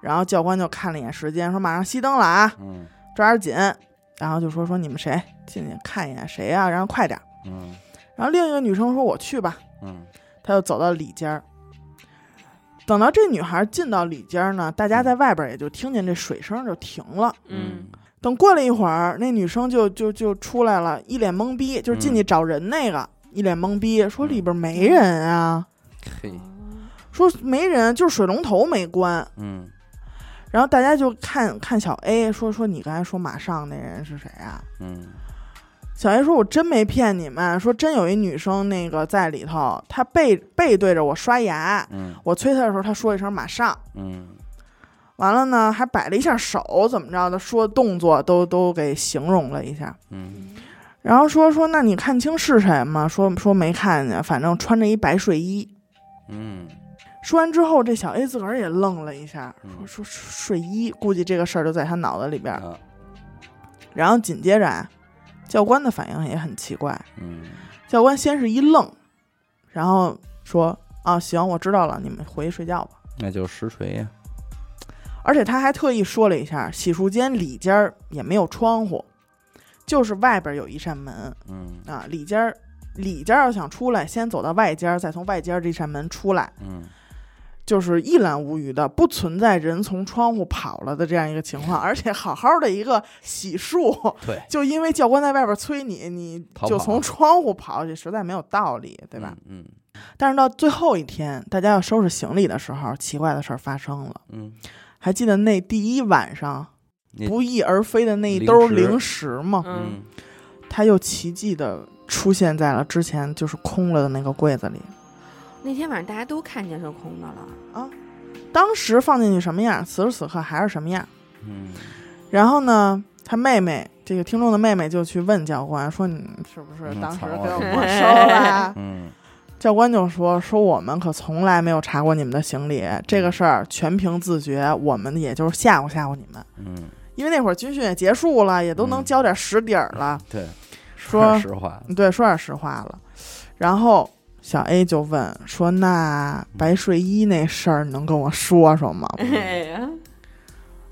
然后教官就看了一眼时间，说马上熄灯了啊，
嗯
抓点紧。然后就说说你们谁进去看一眼谁啊，然后快点儿。
嗯
然后另一个女生说我去吧，
嗯
她就走到里间儿。等到这女孩进到里间儿呢，大家在外边也就听见这水声就停了。
嗯，
等过了一会儿，那女生就就就出来了，一脸懵逼，就是进去找人那个、一脸懵逼，说里边没人啊，
嘿，
说没人，就是水龙头没关。
嗯
然后大家就看看小 A，说说你刚才说马上那人是谁啊？
嗯
小 A 说：“我真没骗你们，说真有一女生那个在里头，她背背对着我刷牙，
嗯
我催她的时候，她说一声马上，
嗯
完了呢还摆了一下手，怎么着的，说动作都都给形容了一下。
嗯
然后说说，那你看清是谁吗？说说没看见，反正穿着一白睡衣。
嗯
说完之后，这小 A 自个儿也愣了一下，说
嗯
说睡衣，估计这个事儿就在他脑子里边儿。
啊
然后紧接着啊，教官的反应也很奇怪，
嗯
教官先是一愣，然后说啊行，我知道了，你们回去睡觉吧。
那就是实锤呀，
而且他还特意说了一下，洗漱间里间儿也没有窗户，就是外边儿有一扇门。
嗯
啊，里间儿里间儿要想出来，先走到外间儿，再从外间儿这扇门出来，
嗯
就是一览无余的，不存在人从窗户跑了的这样一个情况。而且好好的一个洗漱，
对，
就因为教官在外边儿催你，你
逃
就
跑
从窗户跑，这实在没有道理，对吧？？
嗯
但是到最后一天，大家要收拾行李的时候，奇怪的事儿发生了。
嗯，
还记得那第一晚上
那
不翼而飞的那一
零
兜儿
食
零食吗？
嗯，
他又奇迹的出现在了之前就是空了的那个柜子里。
那天晚上大家都看见是空的了，
当时放进去什么样，此时此刻还是什么样。
嗯
然后呢，他妹妹，这个听众的妹妹就去问教官说：“你是不是
嗯
当时
藏
给
了
我
什么
[LAUGHS]
没收了
嗯？”
教官就说：“说我们可从来没有查过你们的行李，这
嗯
个事儿全凭自觉，我们也就是吓唬吓唬你们。
嗯，
因为那会儿军训也结束了，也都能
嗯
交点实底儿了。
对，
说
实话，
对，说点实话了。然后小 A 就问说：“那白睡衣那事儿能跟我说
[LAUGHS]
说吗？”
哎呀，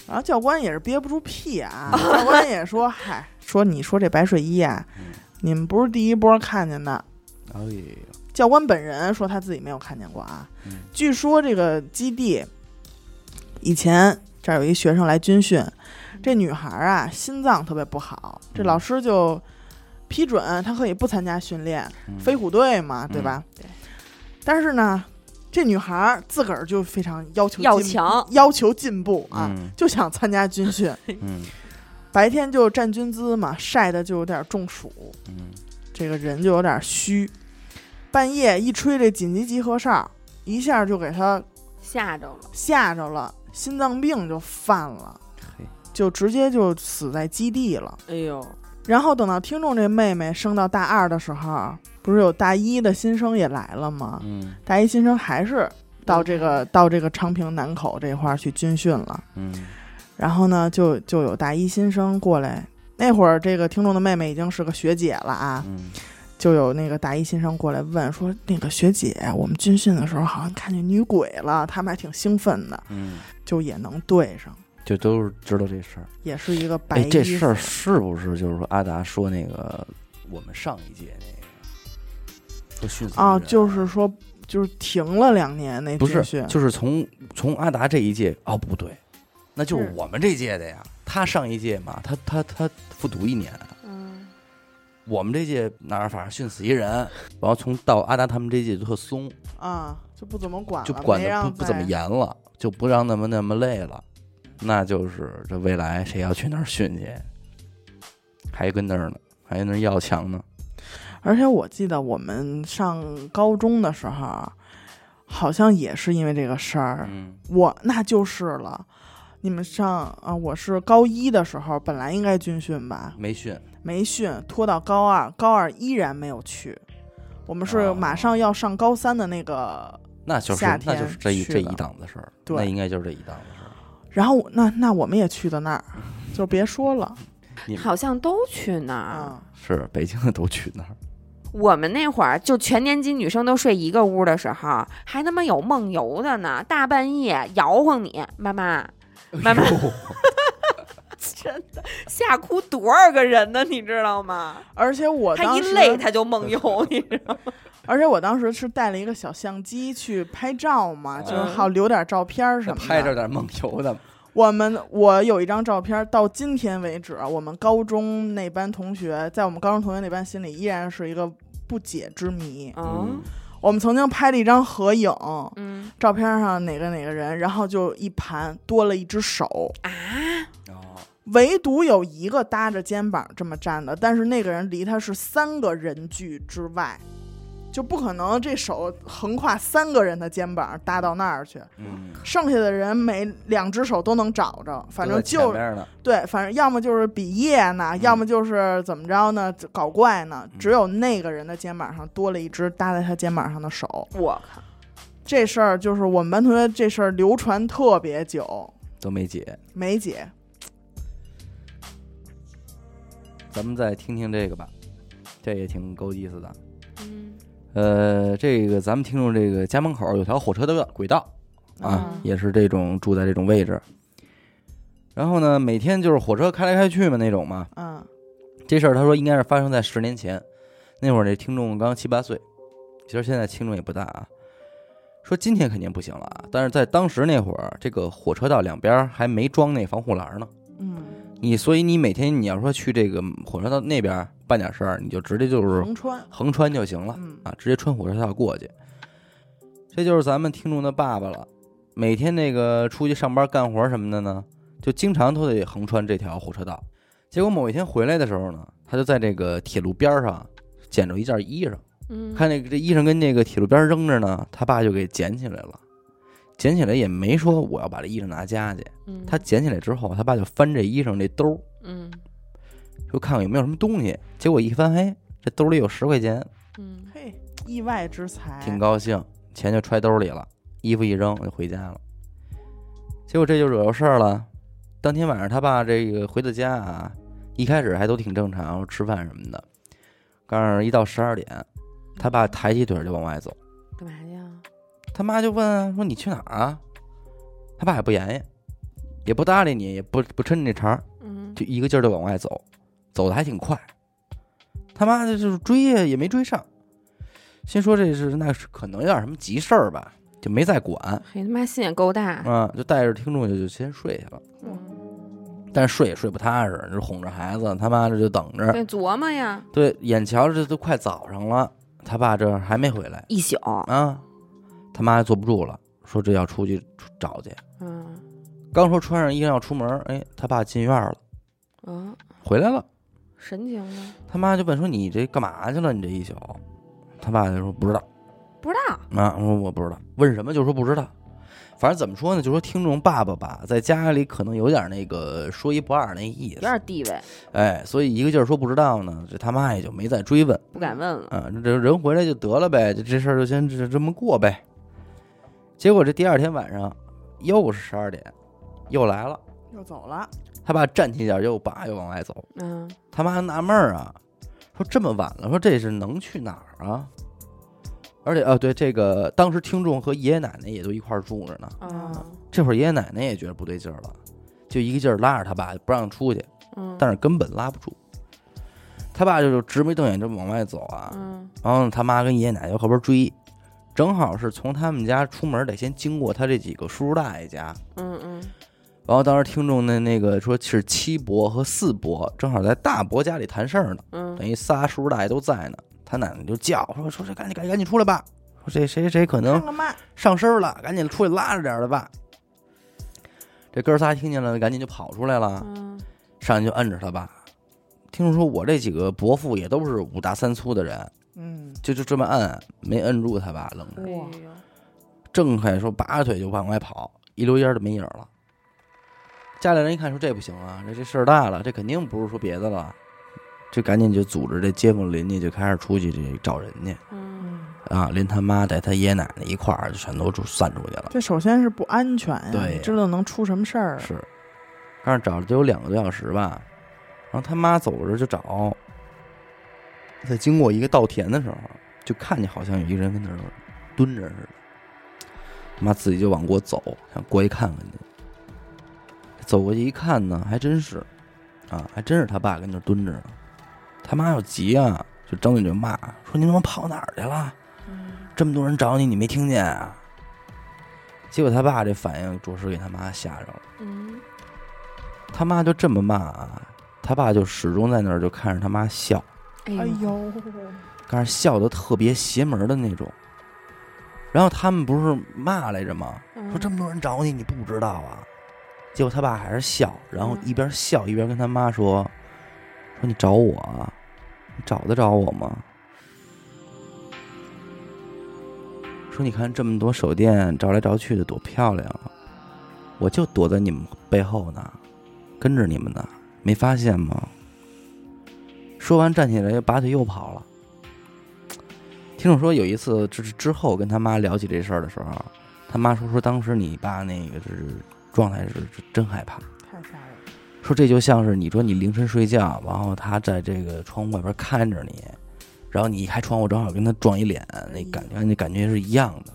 然后教官也是憋不住屁啊，教官也说：“嗨，说你说这白睡衣啊
嗯，
你们不是第一波看见的。
哎呦，”
教官本人说他自己没有看见过啊。
嗯
据说这个基地以前这儿有一学生来军训，这女孩啊心脏特别不好，这
嗯
老师就批准她可以不参加训练，
嗯
飞虎队嘛，对
嗯
吧？
对。
但是呢，这女孩儿自个儿就非常要求
要
进
强，
要求进步啊，
嗯
就想参加军训。
嗯
白天就站军姿嘛，晒的就有点中暑，
嗯
这个人就有点虚。半夜一吹这紧急集合哨，一下就给她
吓着了，
吓着了，心脏病就犯了，
嘿，
就直接就死在基地了。
哎呦，
然后等到听众这妹妹升到大二的时候，啊不是有大一的新生也来了吗？
嗯
大一新生还是到这个到这个昌平南口这块儿去军训了。
嗯
然后呢，就就有大一新生过来。那会儿，这个听众的妹妹已经是个学姐了啊，
嗯，
就有那个大一新生过来问说：“那个学姐，哎我们军训的时候好像看见女鬼了。”他们还挺兴奋的，
嗯，
就也能对上，
就都是知道这事儿。
也是一个白
哎
衣服。，
这事儿是不是就是说阿达说那个我们上一届那个说迅速
啊，就是说，就是停了两年那
不是
军训，
就是从从阿达这一届哦不对，那就是
嗯
是
我们这届的呀。他上一届嘛，他他他复读一年，
嗯，
我们这届哪儿反正训死一人，然后从到阿达他们这届就特松，
啊，就不怎么管了，
就管
没
的
让哎
不不怎么
再
严了，就不让那么那么累了。那就是这未来谁要去那儿训去，还跟那儿呢，还跟那儿要强呢。
而且我记得我们上高中的时候，好像也是因为这个事儿，
嗯
我那就是了。你们上啊，我是高一的时候，本来应该军训吧，
哎没训，
没训，拖到高二，高二依然没有去。我们是
哦
马上要上高三的那个，
那就是
夏
那
天
就是这一这
去的
一档子事儿，
对
那应该就是这一档子事儿。
然后我那那我们也去的那儿，就别说了
你们
好像都去那儿。
啊。
是北京的都去那
[LAUGHS]
儿，
我们那会儿就全年级女生都睡一个屋的时候，还他妈有梦游的呢，大半夜摇晃你，妈妈慢慢
哎呦
[LAUGHS] 吓哭多少个人呢？你知道吗？
而且我
他
当
一
时
累他就梦游，你知道吗？
而且我当时是带了一个小相机去拍照嘛，
哦
就是好留点照片儿什么
[LAUGHS]
的。啊
拍着点梦游的，
我们我有一张照片儿，到今天为止，我们高中那班同学，在我们高中同学那班心里依然是一个不解之谜。
嗯
我们曾经拍了一张合影，
嗯
照片上哪个哪个人，然后就一盘多了一只手，
啊，
嗯，哦，
唯独有一个搭着肩膀这么站的，但是那个人离他是三个人距之外，就不可能这手横跨三个人的肩膀搭到那儿去。
嗯，
剩下的人每两只手都能找着，反正
都在
就
前面呢，嗯
对，反正要么就是比耶呢，要么就是怎么着呢，搞怪呢。只有那个人的肩膀上多了一只搭在他肩膀上的手。
我靠！
这事儿就是我们班同学这事儿流传特别久，
都没解。
梅姐
咱们再听听这个吧，这也挺够意思的。
嗯
呃，这个咱们听众这个家门口有条火车的轨道啊
嗯，
也是这种住在这种位置。然后呢，每天就是火车开来开去嘛那种嘛。
嗯
这事儿他说应该是发生在十年前，那会儿这听众刚七八岁，其实现在听众也不大啊。说今天肯定不行了啊，但是在当时那会儿，这个火车道两边儿还没装那防护栏呢。
嗯，
你所以你每天你要说去这个火车道那边儿办点事儿，你就直接就是
横穿，
横穿就行了。
嗯
啊，直接穿火车道过去。这就是咱们听众的爸爸了，每天那个出去上班干活什么的呢，就经常都得横穿这条火车道。结果某一天回来的时候呢，他就在这个铁路边儿上捡着一件衣裳，
嗯，
看那个这衣裳跟那个铁路边儿扔着呢，他爸就给捡起来了。捡起来也没说我要把这衣裳拿家去，
嗯
他捡起来之后，他爸就翻这衣裳这兜儿，
嗯
就看看有没有什么东西。结果一翻，嘿，这兜里有十块钱，
嗯
嘿，意外之财，
挺高兴，钱就揣兜里了，衣服一扔就回家了。结果这就惹着事儿了。当天晚上，他爸这个回到家啊，一开始还都挺正常，说吃饭什么的。但是，一到十二点，他爸抬起腿就往外走，
干嘛去啊？
他妈就问啊说：“你去哪儿啊？”他爸也不言语，也不搭理你，也不不抻你这茬儿，
嗯
就一个劲儿的往外走，走的还挺快。他妈的就是追呀，也没追上。先说这是那是可能有点什么急事儿吧，就没再管
嘿，他哎妈心也够大。
啊，就带着听众就就先睡去了。但是睡也睡不踏实，就哄着孩子，他妈这就等着。
得琢磨呀，
对，眼瞧着这都快早上了，他爸这还没回来
一宿。
啊，他妈坐不住了，说这要出去出找去。
嗯
刚说穿上衣裳要出门，哎，他爸进院了，
啊，
回来了。
神经啊呢？
他妈就问说：“你这干嘛去了？你这一宿？”他爸就说：“不知道
不知道。
啊。”我说：“我不知道。”问什么就说不知道。反正怎么说呢，就说听众爸爸吧，在家里可能有点那个说一不二那意
有
思，
点地位，
哎，所以一个劲儿说不知道呢，这他妈也就没再追问。
不敢问了。
啊，这人回来就得了呗，这这事儿就先这这么过呗。结果这第二天晚上又是十二点，又来了，
又走了，
他爸站起脚又拔又往外走，
嗯，
他妈纳闷儿啊，说这么晚了，说这是能去哪儿啊？而且啊，对这个当时听众和爷爷奶奶也都一块儿住着呢，
啊，
这会儿爷爷奶奶也觉得不对劲儿了，就一个劲儿拉着他爸不让出去，
嗯，
但是根本拉不住。他爸就是直眉瞪眼就往外走啊，
嗯
然后他妈跟爷爷奶奶后边追，正好是从他们家出门得先经过他这几个叔叔大爷家。
嗯嗯
然后当时听众的那个说是七伯和四伯，正好在大伯家里谈事儿呢，
嗯
等于仨叔叔大爷都在呢。他奶奶就叫说说这赶紧赶紧赶紧出来吧，说这谁谁谁可能
看看嘛，
上身了，赶紧出去拉着点儿了吧。这哥仨听见了，赶紧就跑出来了，
嗯
上去就摁着他爸。听众说我这几个伯父也都是五大三粗的人，
嗯，
就就这么摁，没摁住他爸，愣着，
哇
哇，
挣开说拔着腿就往外跑，一溜烟儿就没影儿了。家里人一看说这不行啊，这这事儿大了，这肯定不是说别的了，就赶紧就组织这街坊邻居就开始出去这找人去
嗯
嗯，
啊，连他妈带他爷爷奶奶一块儿就全都就散出去了。
这首先是不安全呀，
对呀
你知道能出什么事儿啊？
是，但是找了得有两个多小时吧，然后他妈走着就找，在经过一个稻田的时候，就看见好像有一个人跟那儿蹲着似的，他妈自己就往过走，想过去看看去。走过去一看呢，还真是，啊，还真是他爸跟那儿蹲着呢。他妈要急啊，就张嘴就骂，说你他妈跑哪儿去了？这么多人找你，你没听见啊？结果他爸这反应着实给他妈吓着了。
嗯
他妈就这么骂啊，他爸就始终在那儿就看着他妈笑，
哎
哎
呦，
呦，
但是笑的特别邪门的那种。然后他们不是骂来着吗？
嗯
说这么多人找你，你不知道啊？结果他爸还是笑，然后一边笑一边跟他妈说：“说你找我啊，你找得着我吗？”说你看这么多手电照来照去的多漂亮啊！我就躲在你们背后呢，跟着你们呢，没发现吗？说完站起来，又拔腿又跑了。听众说有一次，就是之后跟他妈聊起这事儿的时候，啊他妈说说当时你爸那个是状态是是真害怕，
太吓人了，
说这就像是你说你凌晨睡觉，然后他在这个窗户外边看着你，然后你一开窗户正好跟他撞一脸，那感觉那感觉是一样的。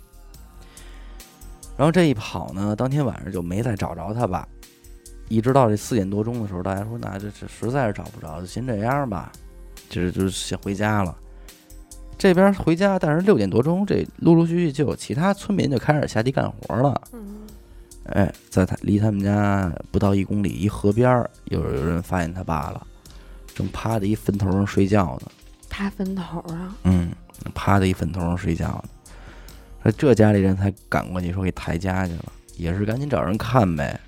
然后这一跑呢，当天晚上就没再找着他吧，一直到这四点多钟的时候，大家说那这这实在是找不着，就先这样吧，就是就是先回家了。这边回家，但是六点多钟，这陆陆续续就有其他村民就开始下地干活了。
嗯
哎，在他离他们家不到一公里一河边儿，有有人发现他爸了，正趴在一坟头上睡觉呢。
他分头啊，
嗯，趴在一坟头上睡觉呢。说这家里人才赶过去说给抬家去了，也是赶紧找人看呗。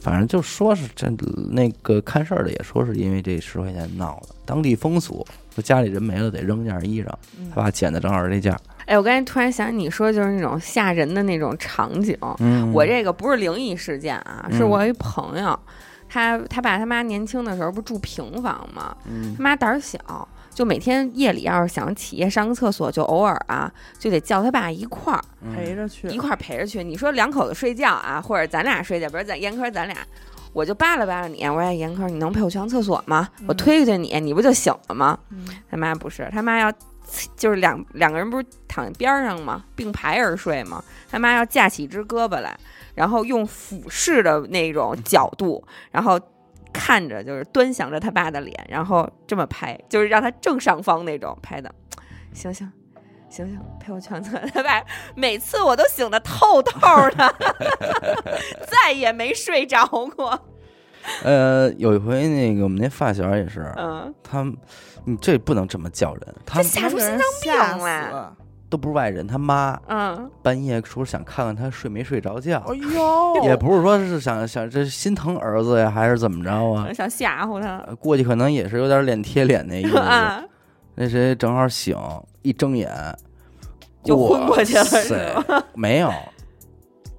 反正就说是这那个看事儿的也说是因为这十块钱闹的，当地风俗说家里人没了得扔件衣裳，
嗯
他爸捡的正好是这件儿。
哎，我刚才突然想，你说就是那种吓人的那种场景，
嗯
我这个不是灵异事件啊，是
嗯
我有一朋友，他他爸他妈年轻的时候不住平房嘛，
嗯
他妈胆儿小，就每天夜里要是想起夜上个厕所，就偶尔啊，就得叫他爸一块儿
陪着去
一，块儿陪着去。你说两口子睡觉啊，或者咱俩睡觉，比如咱严科咱俩。我就扒拉扒拉你，我说哎严科，你能陪我去趟厕所吗？我
嗯
推推你，你不就醒了吗？
嗯
他妈不是，他妈要就是两两个人不是躺边上吗？并排而睡吗？他妈要架起一只胳膊来，然后用俯视的那
嗯
种角度，然后看着就是端详着他爸的脸，然后这么拍，就是让他正上方那种拍的。行行。行行，陪我去趟厕所。 [LAUGHS] 他爸每次我都醒得透透的， [LAUGHS] 再也没睡着过。
呃，有一回那个我们那发小也是，
嗯，
他们，你这不能这么叫人，他们
吓出心脏病来
了，
都不是外人，他妈
嗯，
半夜说想看看他睡没睡着觉，
哎呦，
也不是说是想想这心疼儿子呀，还是怎么着啊
我？想吓唬他
呃过去可能也是有点脸贴脸那意思。
哎 [LAUGHS] 啊，
那谁正好醒，一睁眼
就昏过去了
哇
[LAUGHS] 是
塞没有，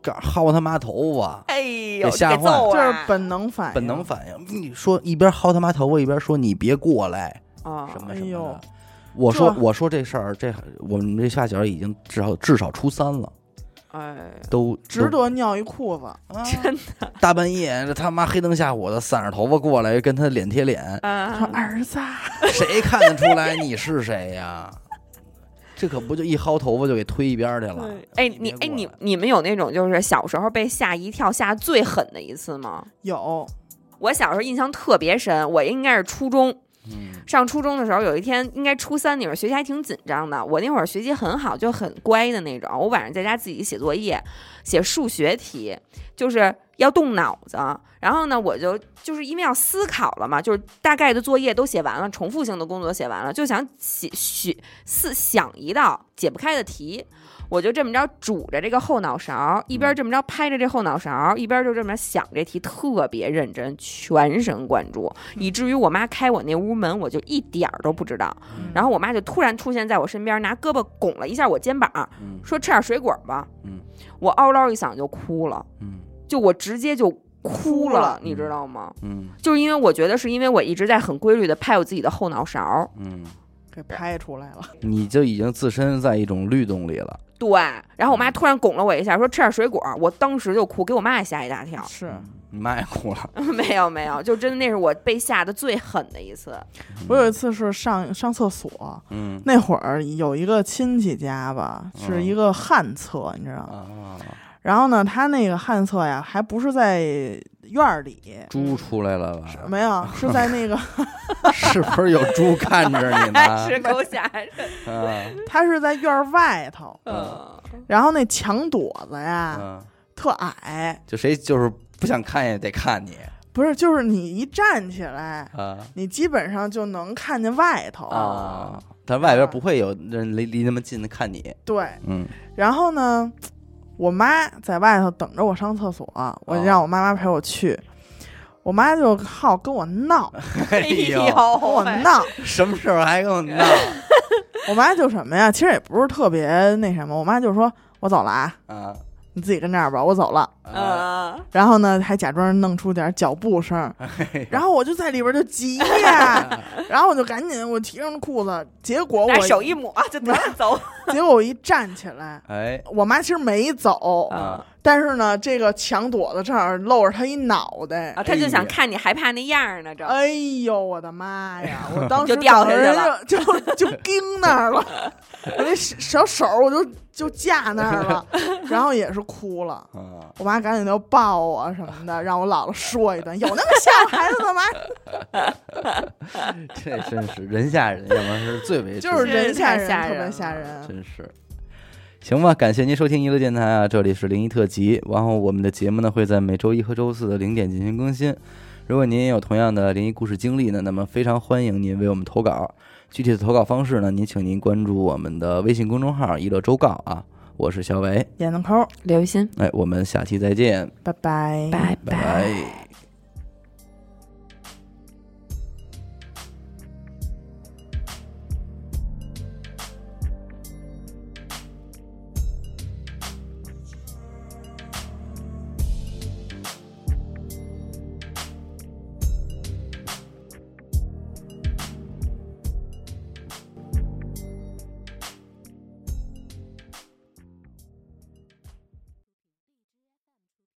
这儿薅他妈头发，
哎呦，
吓
得
坏
揍
了
这
啊！
是本能反应，
本能反应。你说一边薅他妈头发，一边说你别过来，
啊，
什么
哎
什么
呦
的。我说
这
我说这事儿，这我们这夏小已经至少至少初三了，
哎，
都
值
都
得尿一裤子。
啊
真的
大半夜这他妈黑灯瞎火的散着头发过来跟他脸贴脸，
说
啊，
儿子啊，
谁看得出
[LAUGHS]
来你是谁呀？这可不就一薅头发就给推一边去了
对？
哎，你哎
别过
你
来
你们有那种就是小时候被吓一跳吓最狠的一次吗？
有
我小时候印象特别深，我应该是初中，
嗯
上初中的时候，有一天应该初三那会儿学习还挺紧张的，我那会儿学习很好，就很乖的那种。我晚上在家自己写作业，写数学题，就是要动脑子。然后呢，我就就是因为要思考了嘛，就是大概的作业都写完了，重复性的工作写完了，就想写写思想一道解不开的题。我就这么着拄着这个后脑勺，一边这么着拍着这后脑勺，一边就这么想这题，特别认真，全神贯注，以至于我妈开我那屋门，我就一点儿都不知道。然后我妈就突然出现在我身边，拿胳膊拱了一下我肩膀，
嗯
说：“吃点水果吧。
嗯”
我嗷唠一嗓就哭了，
嗯
就我直接就
哭
哭
了
了，你知道吗？
嗯
就是因为我觉得是因为我一直在很规律的拍我自己的后脑勺，
嗯，
给拍出来了，
你就已经置身在一种律动里了。
对。然后我妈突然拱了我一下，说：“吃点水果。”我当时就哭，给我妈也吓一大跳。
是。
你妈也哭了，
[LAUGHS] 没有没有，就真的那是我被吓得最狠的一次。
我有一次是上上厕所，
嗯
那会儿有一个亲戚家吧，是一个旱厕，你知道
啊，
吗？然后呢，他那个旱厕呀，还不是在院儿里，
猪出来了吧？
没有，是在
[LAUGHS]
那个，
是不是有猪看着
[LAUGHS]
你
是
呢？
狗吓人，
啊
他是在院儿外头，
嗯
嗯，
然后那墙垛子呀
嗯，
特矮，
就谁就是不想看也得看你
不是，就是你一站起来，
啊
你基本上就能看见外头。
啊！但外边不会有人离离那么近的看你，
对，
嗯
然后呢，我妈在外头等着我上厕所，我
啊
就让我妈妈陪我去。我妈就好跟我
[LAUGHS]
闹，
哎
[LAUGHS]
呦，
跟我
哎
闹。
什么时候还跟我闹？
我妈就什么呀？其实也不是特别那什么，我妈就说：“我走了啊，
啊
你自己跟这儿吧，我走了。
啊！
嗯，”
然后呢，还假装弄出点脚步声，然后我就在里边就急呀，然后我就赶紧我提上裤子，结果我
拿手一抹就得了，走。
结果我一站起来，
哎
我妈其实没走，
嗯
啊，
但是呢，这个墙垛子这儿露着她一脑袋，
啊，他就想看你害怕那样儿呢，这
哎呦我的妈
[LAUGHS]
呀！我当时
就掉下去
整
了
个人就就 [LAUGHS] 就钉那儿了，我那
[LAUGHS]
小手我就就架那儿了，然后也是哭了。
嗯
啊，
我妈赶紧就抱我什么的，让我姥姥说一顿，有那么吓唬孩子的
[LAUGHS]
吗？
这真是人吓人，要么是最为
就是
真
人吓人，
是太吓
特
人
别
了
吓人。
真是。行吧，感谢您收听娱乐电台啊，这里是灵异特辑。然后我们的节目呢会在每周一和周四的零点进行更新。如果您也有同样的灵异故事经历呢，那么非常欢迎您为我们投稿。具体的投稿方式呢，您请您关注我们的微信公众号“娱乐周告”啊。我是小伟，
眼子抠，
刘雨欣，
哎，我们下期再见，
拜拜，
拜
拜拜